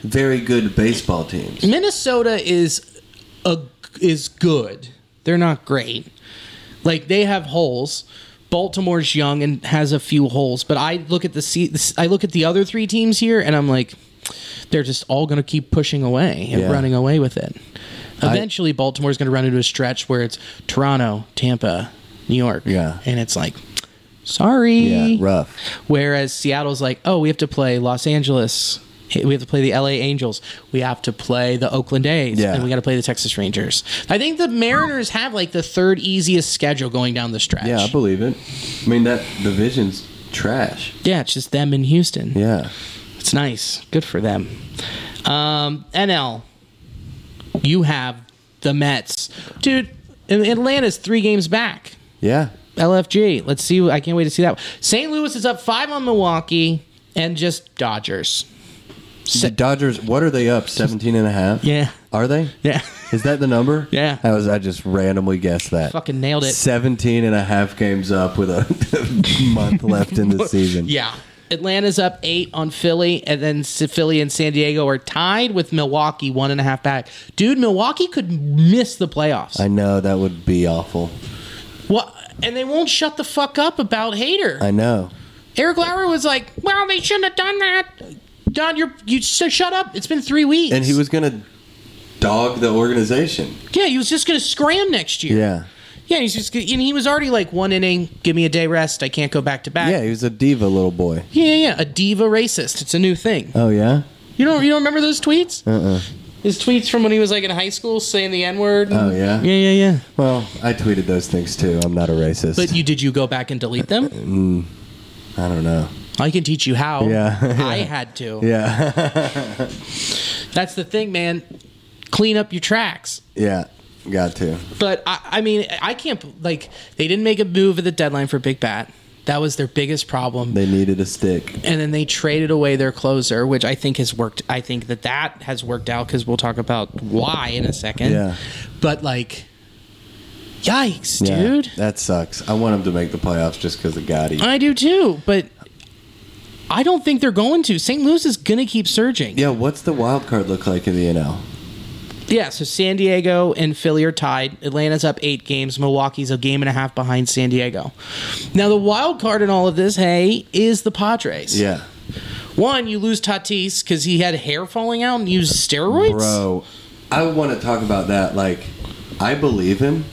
S2: very good baseball teams.
S1: Minnesota is a is good. They're not great. Like they have holes. Baltimore's young and has a few holes, but I look at the se- this- I look at the other three teams here, and I'm like, they're just all going to keep pushing away and
S2: Yeah.
S1: running away with it. Eventually, Baltimore's going to run into a stretch where it's Toronto, Tampa, New York,
S2: Yeah.
S1: and it's like, sorry,
S2: Yeah, rough.
S1: Whereas Seattle's like, oh, we have to play Los Angeles. We have to play the LA Angels. We have to play the Oakland A's.
S2: Yeah.
S1: And we got to play the Texas Rangers. I think the Mariners have like the third easiest schedule going down the stretch.
S2: Yeah, I believe it. I mean that division's trash.
S1: Yeah, it's just them in Houston.
S2: Yeah.
S1: It's nice. Good for them. Um, NL. you have the Mets, dude. and Atlanta's three games back.
S2: Yeah.
S1: LFG. Let's see. I can't wait to see that. St. Louis is up five on Milwaukee and just Dodgers.
S2: The Dodgers, what are they up? 17 and a half?
S1: Yeah.
S2: Are they?
S1: Yeah.
S2: Is that the number?
S1: Yeah.
S2: I was I just randomly guessed that.
S1: Fucking nailed it.
S2: 17 and a half games up with a month left in the season.
S1: Yeah. Atlanta's up eight on Philly, and then S- Philly and San Diego are tied with Milwaukee, one and a half back. Dude, Milwaukee could miss the playoffs.
S2: I know that would be awful.
S1: what? And they won't shut the fuck up about Hater.
S2: I know.
S1: Eric Lauer was like, "Well, they shouldn't have done that." Don, you're you so shut up. It's been three weeks,
S2: And he was going to dog the organization.
S1: yeah, he was just gonna scram next year.
S2: Yeah.
S1: yeah, he's just and he was already like one inning. Give me a day rest. I can't go back to back.
S2: Yeah, he was a diva little boy.
S1: yeah, yeah, yeah. A diva racist. It's a new thing.
S2: Oh, yeah?
S1: You don't you don't remember those tweets? Uh-uh. His tweets from when he was like in high school saying the N word.
S2: Oh, yeah?
S1: Yeah, yeah, yeah.
S2: Well, I tweeted those things too. I'm not a racist.
S1: But you did you go back and delete them?
S2: I don't know.
S1: I can teach you how.
S2: Yeah, yeah.
S1: I had to.
S2: Yeah.
S1: That's the thing, man. Clean up your tracks.
S2: yeah. Got to.
S1: But I, I mean, I can't like they didn't make a move at the deadline for Big Bat. That was their biggest problem.
S2: They needed a stick.
S1: and then they traded away their closer, which I think has worked. I think that that has worked out because we'll talk about why in a second.
S2: Yeah.
S1: But like, yikes,
S2: Yeah,
S1: dude.
S2: That sucks. I want him to make the playoffs just because of Gotti.
S1: I do too, but I don't think they're going to. St. Louis is going to keep surging.
S2: yeah, what's the wild card look like in the NL?
S1: Yeah, so San Diego and Philly are tied. Atlanta's up eight games. Milwaukee's a game and a half behind San Diego. Now, the wild card in all of this, hey, is the Padres.
S2: Yeah.
S1: One, you lose Tatis because he had hair falling out and used steroids.
S2: Bro, I want to talk about that. Like, I believe him.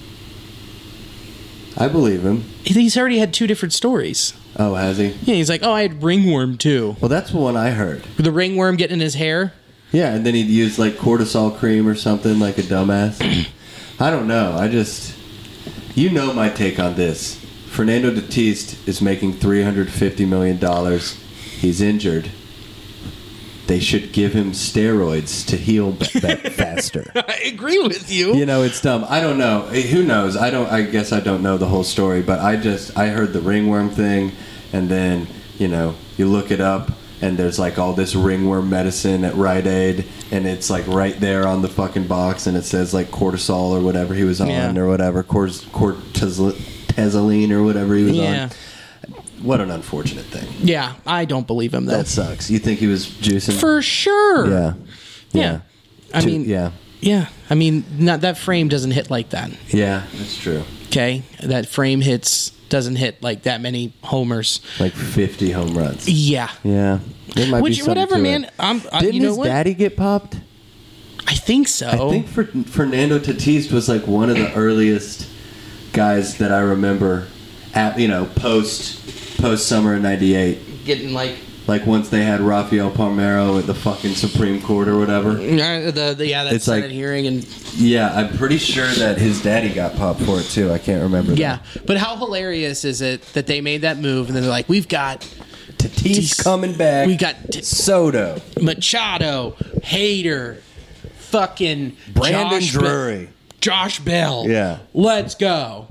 S2: I believe him.
S1: He's already had two different stories.
S2: Oh, has he?
S1: Yeah, he's like, oh, I had ringworm too.
S2: Well, that's the one I heard.
S1: The ringworm getting in his hair.
S2: Yeah, and then he'd use like cortisol cream or something like a dumbass. I don't know. I just, you know, my take on this. Fernando Tatis is making three hundred fifty million dollars. He's injured. They should give him steroids to heal b- b- faster.
S1: I agree with you.
S2: You know, it's dumb. I don't know. Eh, Who knows? I don't. I guess I don't know the whole story, but I just I heard the ringworm thing, and then you know you look it up, and there's like all this ringworm medicine at Rite Aid, and it's like right there on the fucking box, and it says like cortisol or whatever he was on
S1: Yeah.
S2: or whatever cortis- cortisoline or whatever he was
S1: Yeah.
S2: on. What an unfortunate thing.
S1: Yeah, I don't believe him though.
S2: That sucks. You think he was juicing?
S1: For sure.
S2: yeah.
S1: Yeah. I
S2: Two-
S1: mean, yeah.
S2: yeah,
S1: I mean, not that frame doesn't hit like that.
S2: yeah, that's true.
S1: Okay, that frame hits doesn't hit like that many homers.
S2: Like fifty home runs.
S1: Yeah.
S2: Yeah, there might
S1: Which-
S2: be something
S1: whatever,
S2: to
S1: man.
S2: It.
S1: I'm- I-
S2: Didn't
S1: you know
S2: his
S1: what?
S2: daddy get popped?
S1: I think so.
S2: I think Fer- Fernando Tatis was like one of the earliest guys that I remember. At you know, post post summer of '98,
S1: getting like
S2: like once they had Rafael Palmero at the fucking Supreme Court or whatever.
S1: uh, the, the yeah that
S2: It's
S1: Senate
S2: like-
S1: hearing and
S2: Yeah, I'm pretty sure that his daddy got popped for it too. I can't remember.
S1: yeah.
S2: that.
S1: But how hilarious is it that they made that move and then they're like, we've got
S2: Tatis
S1: Tatis.
S2: coming back.
S1: We got T-
S2: Soto,
S1: Machado, Hader, fucking
S2: Brandon
S1: Josh Be-
S2: Drury.
S1: Josh Bell.
S2: Yeah.
S1: Let's go.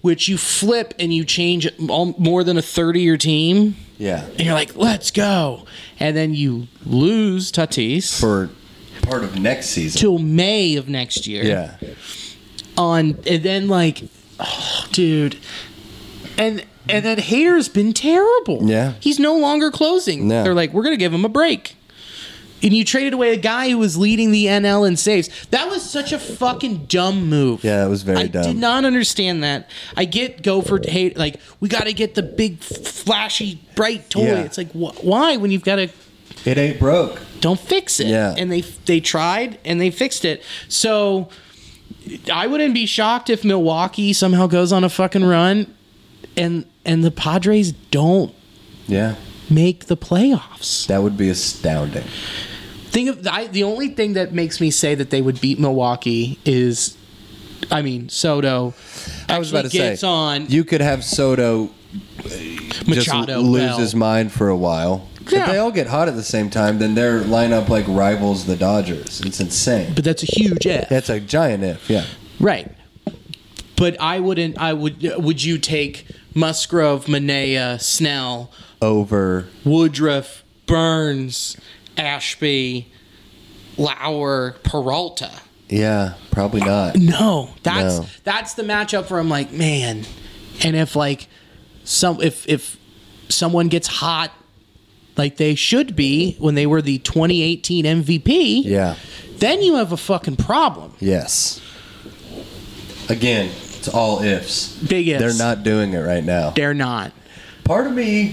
S1: Which you flip and you change all, more than a 30 year team.
S2: Yeah,
S1: And you're like, let's go. And then you lose Tatis
S2: for part of next season.
S1: till May of next year.
S2: Yeah,
S1: On and then like oh dude. And and then Hater's been terrible.
S2: Yeah.
S1: He's no longer closing.
S2: No.
S1: They're like, we're gonna give him a break. And you traded away a guy who was leading the NL in saves. That was such a fucking dumb move.
S2: yeah, that was very
S1: I
S2: dumb.
S1: did not understand that. I get go for hate like we got to get the big f- flashy bright toy.
S2: Yeah.
S1: It's like wh- why when you've got to
S2: It ain't broke.
S1: don't fix it.
S2: Yeah.
S1: And they they tried and they fixed it. So I wouldn't be shocked if Milwaukee somehow goes on a fucking run and and the Padres don't
S2: Yeah,
S1: make the playoffs.
S2: that would be astounding.
S1: Think of I, the only thing that makes me say that they would beat Milwaukee is I mean Soto
S2: I was about to
S1: actually
S2: say,
S1: gets on
S2: you could have Soto just
S1: Machado,
S2: l- lose
S1: Bell.
S2: his mind for a while.
S1: Yeah.
S2: If they all get hot at the same time, then their lineup like rivals the Dodgers. It's insane.
S1: But that's a huge F.
S2: That's a giant if, yeah.
S1: Right. But I wouldn't. I would. Would you take Musgrove, Manea, Snell,
S2: Over
S1: Woodruff, Burns, Ashby, Lauer, Peralta?
S2: yeah, probably not.
S1: No, that's
S2: No.
S1: that's the matchup where I'm like, man. And if like some if if someone gets hot, like they should be when they were the 2018 MVP,
S2: Yeah.
S1: then you have a fucking problem.
S2: Yes. Again, it's all ifs.
S1: Big ifs.
S2: They're not doing it right now.
S1: They're not.
S2: Part of me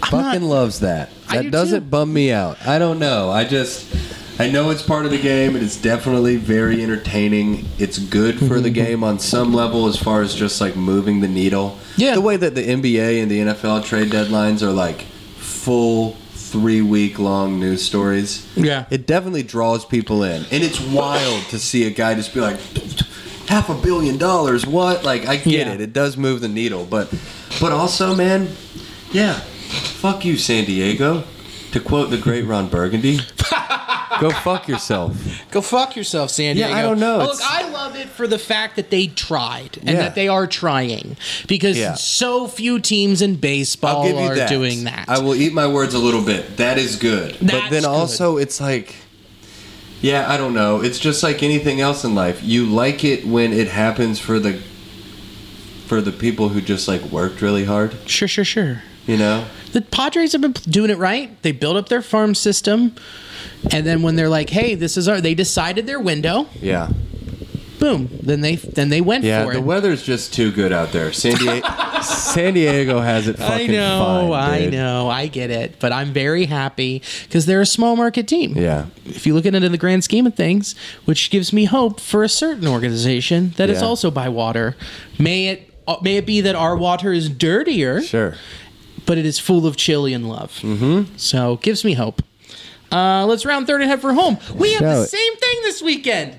S2: fucking
S1: not-
S2: loves that.
S1: I do
S2: That doesn't
S1: too.
S2: bum me out. I don't know. I just I know it's part of the game and it's definitely very entertaining. It's good for
S1: Mhm.
S2: the game on some level as far as just like moving the needle.
S1: Yeah.
S2: The way that the NBA and the NFL trade deadlines are like full 3 week long news stories.
S1: Yeah.
S2: It definitely draws people in. And it's wild to see a guy just be like, half a billion dollars, what? Like, I get
S1: Yeah.
S2: it. It does move the needle. But, but also, man, yeah, fuck you, San Diego. To quote the great Ron Burgundy, go fuck yourself.
S1: Go fuck yourself, San
S2: Yeah,
S1: Diego.
S2: I don't know.
S1: Oh, look,
S2: It's-
S1: I love it for the fact that they tried and
S2: Yeah.
S1: that they are trying because
S2: Yeah.
S1: so few teams in baseball
S2: I'll give you
S1: are
S2: that.
S1: doing that.
S2: I will eat my words a little bit. That is good.
S1: That's
S2: but then
S1: good.
S2: also, it's like, yeah, I don't know. It's just like anything else in life. You like it when it happens for the for the people who just like worked really hard.
S1: sure, sure, sure.
S2: You know,
S1: the Padres have been doing it right. They built up their farm system, and then when they're like, "Hey, this is our," they decided their window.
S2: Yeah.
S1: Boom. Then they then they went
S2: Yeah,
S1: for
S2: the
S1: it.
S2: weather's just too good out there. San Diego, San Diego has it
S1: I
S2: fucking
S1: know,
S2: fine,
S1: I
S2: dude.
S1: know, I get it, but I'm very happy because they're a small market team.
S2: Yeah.
S1: If you look at it in the grand scheme of things, which gives me hope for a certain organization that is
S2: Yeah.
S1: also by water, may it uh, may it be that our water is dirtier,
S2: Sure.
S1: but it is full of chili and love. Mm-hmm. So gives me hope. Uh, let's round third and head for home. We have
S2: Shall
S1: the
S2: it?
S1: same thing this weekend.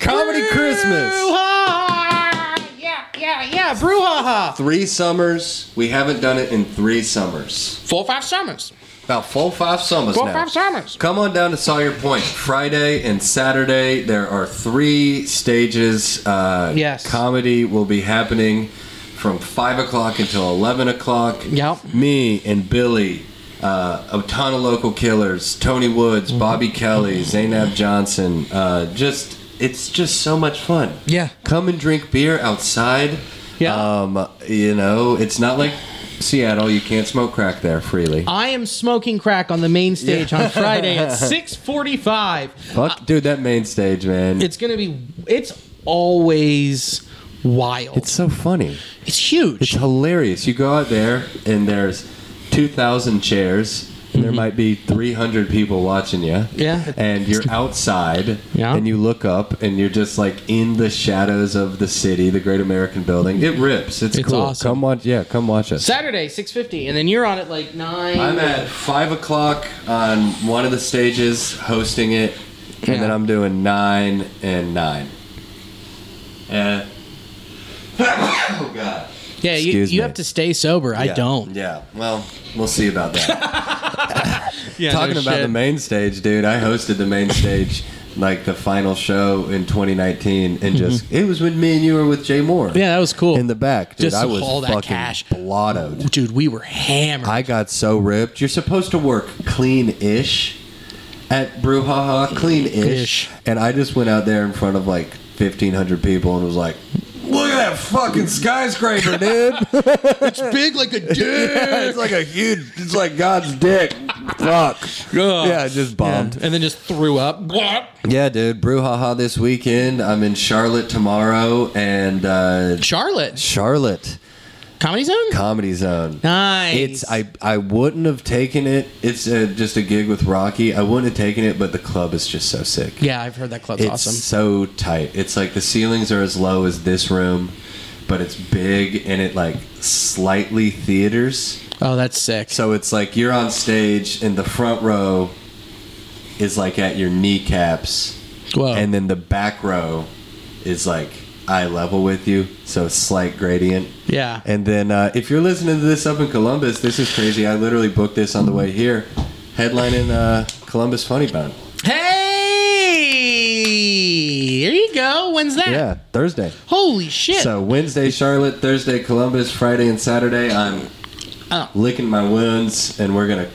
S2: Comedy Christmas.
S1: Brouhaha! Yeah, yeah, yeah. Brouhaha.
S2: Three summers. We haven't done it in three summers.
S1: Four, five summers.
S2: About four, five summers
S1: Four,
S2: now.
S1: five summers.
S2: Come on down to Sawyer Point. Friday and Saturday, there are three stages. Uh,
S1: Yes.
S2: Comedy will be happening from 5 o'clock until 11 o'clock.
S1: Yep.
S2: Me and Billy, uh, a ton of local killers, Tony Woods,
S1: Mm-hmm.
S2: Bobby Kelly, Zainab Johnson. Uh, just, it's just so much fun.
S1: Yeah.
S2: Come and drink beer outside.
S1: Yeah.
S2: Um, you know, it's not like Seattle. You can't smoke crack there freely.
S1: I am smoking crack on the main stage on Friday at 6:45.
S2: Fuck, dude, that main stage, man.
S1: It's going to be it's always wild.
S2: It's so funny.
S1: It's huge.
S2: It's hilarious. You go out there and there's 2,000 chairs. And there might be 300 people watching you.
S1: Mm-hmm. Yeah.
S2: And you're outside.
S1: Yeah.
S2: And you look up and you're just like in the shadows of the city, the Great American Building. It rips. It's,
S1: It's
S2: cool.
S1: awesome.
S2: Come watch. Yeah, come watch us.
S1: Saturday 6:50 and then you're on at like 9.
S2: I'm at 5 o'clock on one of the stages hosting it.
S1: Yeah.
S2: And then I'm doing 9 and 9. And. oh, God.
S1: Yeah, you,
S2: Excuse
S1: you
S2: me.
S1: have to stay sober. I
S2: Yeah.
S1: don't.
S2: Yeah. Well, we'll see about that.
S1: Yeah,
S2: Talking about the main stage, dude, I hosted the main stage like the final show in 2019 and just it was when me and you were with Jay Moore.
S1: Mm-hmm. Yeah, that was cool.
S2: In the back, dude.
S1: Just
S2: I was
S1: all that
S2: fucking
S1: cash.
S2: blottoed.
S1: Dude, we were hammered.
S2: I got so ripped. You're supposed to work clean-ish at Brouhaha, clean-ish,
S1: Ish.
S2: and I just went out there in front of like 1500 people and was like, "Look at that fucking skyscraper, dude."
S1: it's big like a
S2: Yeah, it's like a huge. It's like God's dick. Fuck. Yeah, I just bombed. Yeah.
S1: And then just threw up. Blah.
S2: dude. Brouhaha this weekend. I'm in Charlotte tomorrow and uh,
S1: Charlotte.
S2: Charlotte
S1: Comedy Zone?
S2: Comedy Zone.
S1: nice.
S2: It's I I wouldn't have taken it. It's uh just a gig with Rocky. I wouldn't have taken it, but the club is just so sick.
S1: Yeah, I've heard that club's
S2: It's
S1: awesome.
S2: so tight. It's like the ceilings are as low as this room, but it's big and it like slightly theaters.
S1: Oh, that's sick.
S2: So it's like you're on stage, and the front row is like at your kneecaps,
S1: Whoa.
S2: and then the back row is like eye level with you, so a slight gradient.
S1: Yeah.
S2: And then uh, if you're listening to this up in Columbus, this is crazy. I literally booked this on the way here, headlining uh, Columbus Funny Bone.
S1: Hey, there you go. When's that?
S2: Yeah, Thursday.
S1: Holy shit!
S2: So Wednesday Charlotte, Thursday Columbus, Friday and Saturday I'm
S1: Oh.
S2: licking my wounds, and we're gonna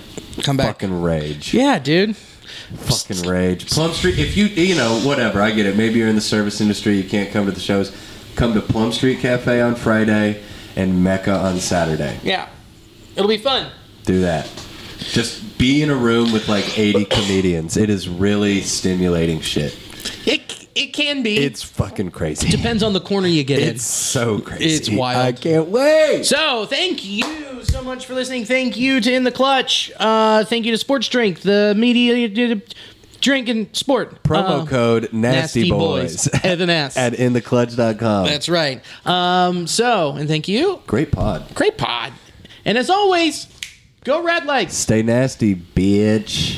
S1: Come back.
S2: fucking rage.
S1: yeah, dude.
S2: fucking rage. Plum Street, if you you know whatever, I get it. Maybe you're in the service industry, you can't come to the shows. Come to Plum Street Cafe on Friday and Mecca on Saturday.
S1: Yeah, it'll be fun.
S2: Do that. Just be in a room with like 80 comedians. It is really stimulating shit.
S1: It it can be.
S2: It's fucking crazy.
S1: depends on the corner you get in.
S2: It's so crazy.
S1: It's wild.
S2: I can't wait.
S1: So, thank you so much for listening. Thank you to In the Clutch. Uh, thank you to Sports Drink, the media uh, drink and sport.
S2: Promo
S1: Uh,
S2: code Nasty, Boys,
S1: With an S.
S2: at inthecludge.com.
S1: That's right. Um, so, and thank you.
S2: Great pod.
S1: Great pod. And as always, go Red Lights.
S2: Stay nasty, bitch.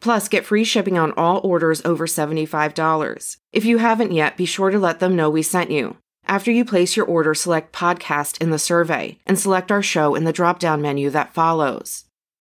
S3: Plus, get free shipping on all orders over $75. If you haven't yet, be sure to let them know we sent you. After you place your order, select podcast in the survey and select our show in the drop down menu that follows.